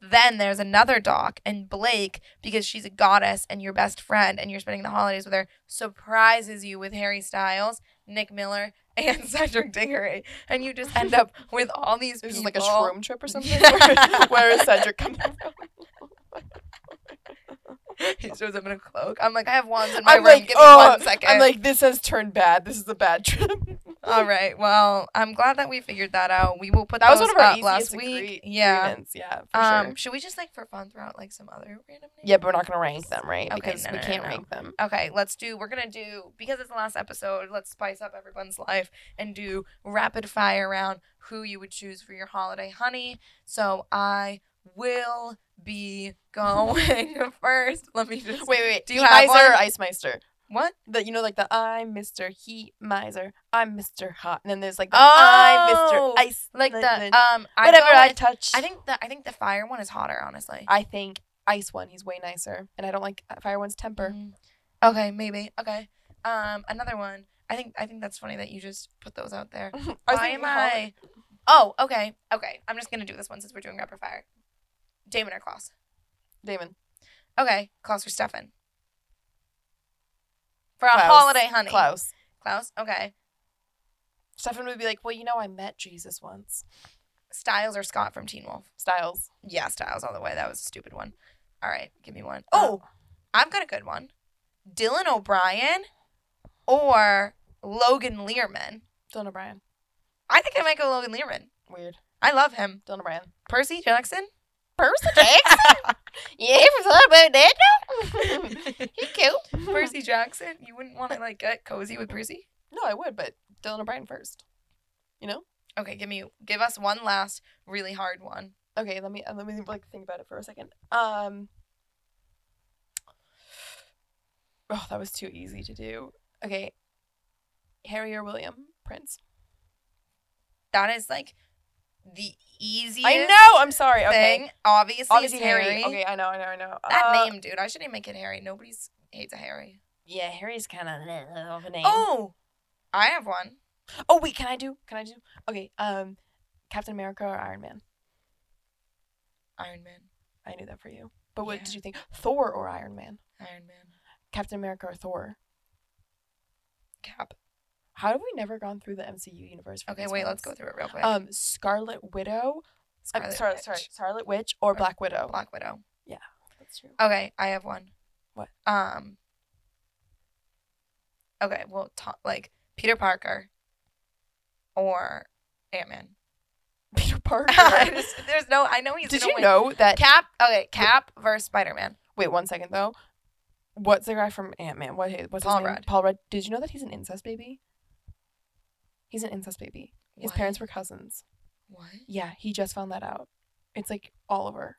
S1: Then there's another doc and Blake, because she's a goddess and your best friend and you're spending the holidays with her, surprises you with Harry Styles, Nick Miller, *laughs* and Cedric Diggory. And you just end up with all these
S2: This
S1: people.
S2: is like a shroom trip or something. *laughs*
S1: Yeah.
S2: Where, where is Cedric coming from?
S1: *laughs* He shows up in a cloak. I'm like, I have wands in my
S2: I'm
S1: room.
S2: like,
S1: Give me
S2: oh,
S1: one second.
S2: I'm like, this has turned bad. This is a bad *laughs* trip.
S1: all right. Well, I'm glad that we figured that out. We will put
S2: that was
S1: those
S2: one of our
S1: up
S2: easiest
S1: last week.
S2: agree-
S1: yeah.
S2: agreements, yeah, for
S1: Um,
S2: sure.
S1: should we just like for fun throw out like some other random names?
S2: Yeah, but we're not gonna rank them, right?
S1: Okay,
S2: because
S1: no,
S2: we
S1: no, no,
S2: can't
S1: no.
S2: rank them.
S1: Okay, let's do. We're gonna do because it's the last episode. Let's spice up everyone's life and do rapid fire round. Who you would choose for your holiday honey? So I will be going *laughs* first. Let me just
S2: Wait, wait, wait.
S1: Do you
S2: Heat
S1: have
S2: Miser or
S1: one?
S2: Ice Meister?
S1: What?
S2: That you know, like the I'm Mr. Heat Miser, I'm Mr. Hot, and then there's like the
S1: Oh,
S2: I'm Mr. Ice,
S1: Like
S2: Then-
S1: the
S2: then
S1: um. I
S2: whatever
S1: go
S2: I
S1: with-
S2: touch.
S1: I think the I think the fire one is hotter, honestly.
S2: I think Ice one. He's way nicer, and I don't like uh, Fire one's temper.
S1: Mm.
S2: Mm-hmm.
S1: Okay, maybe. Okay. Um, another one. I think I think that's funny that you just put those out there.
S2: Mm. *laughs* I was
S1: Why
S2: thinking
S1: am
S2: hol-
S1: I? Oh, okay, okay. I'm just gonna do this one since we're doing rapid fire. Damon or Klaus?
S2: Damon?
S1: Okay, Klaus or Stefan? For a
S2: Klaus.
S1: holiday, honey.
S2: Klaus.
S1: Klaus. Okay.
S2: Stefan would be like, well, you know, I met Jesus once.
S1: Styles or Scott from Teen Wolf?
S2: Styles.
S1: Yeah, Styles all the way. That was a stupid one. All right, give me one.
S2: Oh.
S1: Oh, I've got a good one. Dylan O'Brien or Logan Learman.
S2: Dylan O'Brien.
S1: I think I might go Logan Learman.
S2: Weird.
S1: I love him.
S2: Dylan O'Brien.
S1: Percy Jackson.
S2: Percy *laughs* Jackson. yeah, I forgot about that. No, *laughs* he cute.
S1: Percy Jackson. You wouldn't want to like get cozy with Percy.
S2: *laughs* No, I would, but Dylan O'Brien first.
S1: Okay, give me give us one last really hard one.
S2: Okay, let me uh, let me like think about it for a second. Um. Oh, that was too easy to do. Okay. Harry or William Prince?
S1: That is like the easiest
S2: I know. I'm sorry.
S1: thing.
S2: Okay.
S1: Obviously, it's
S2: Obviously Harry.
S1: Harry.
S2: Okay, I know. I know. I know.
S1: That
S2: Uh,
S1: name, dude. I shouldn't even make it Harry. Nobody's hates a Harry.
S2: Yeah, Harry's kind of a name. Oh.
S1: Oh, I have one.
S2: Oh wait, can I do? Can I do? Okay. Um, Captain America or Iron Man?
S1: Iron Man.
S2: I knew that for you. But what
S1: Yeah.
S2: did you think? Thor or Iron Man?
S1: Iron Man.
S2: Captain America or Thor?
S1: Cap.
S2: How have we never gone through the MCU universe? For
S1: Okay,
S2: these
S1: wait. Let's go
S2: ones?
S1: through it real quick.
S2: Um, Scarlet Widow. I'm
S1: Scarlet
S2: sorry,
S1: Witch,
S2: sorry, Scarlet Witch or Black Widow.
S1: Black Widow.
S2: That's true.
S1: Okay, I have one.
S2: What?
S1: Um. Okay, well, ta- like Peter Parker or Ant Man.
S2: *laughs* Peter Parker.
S1: *laughs*
S2: *laughs*
S1: There's no. I know he's.
S2: Did
S1: gonna
S2: you
S1: win.
S2: know that?
S1: Cap. Okay, Cap versus Spider Man.
S2: Wait, one second though. What's the guy from Ant Man? What what's
S1: Paul
S2: his name?
S1: Rudd.
S2: Paul Rudd. Did you know that he's an incest baby? He's an incest baby. His parents were cousins.
S1: What?
S2: Yeah, he just found that out. It's like Oliver.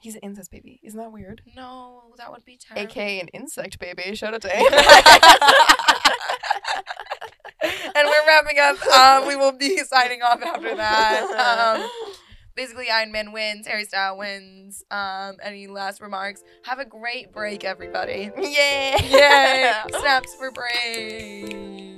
S2: He's an incest baby. Isn't that weird?
S1: No, that would be terrible.
S2: AKA an insect baby. Shout out to *laughs*
S1: and we're wrapping up. Um, we will be signing off after
S2: *laughs*
S1: that. Um, basically, Iron Man wins. Harry Style wins. Um, any last remarks? Have *laughs* a great break, everybody. *laughs*
S2: Yay!
S1: Yay! Snaps for break.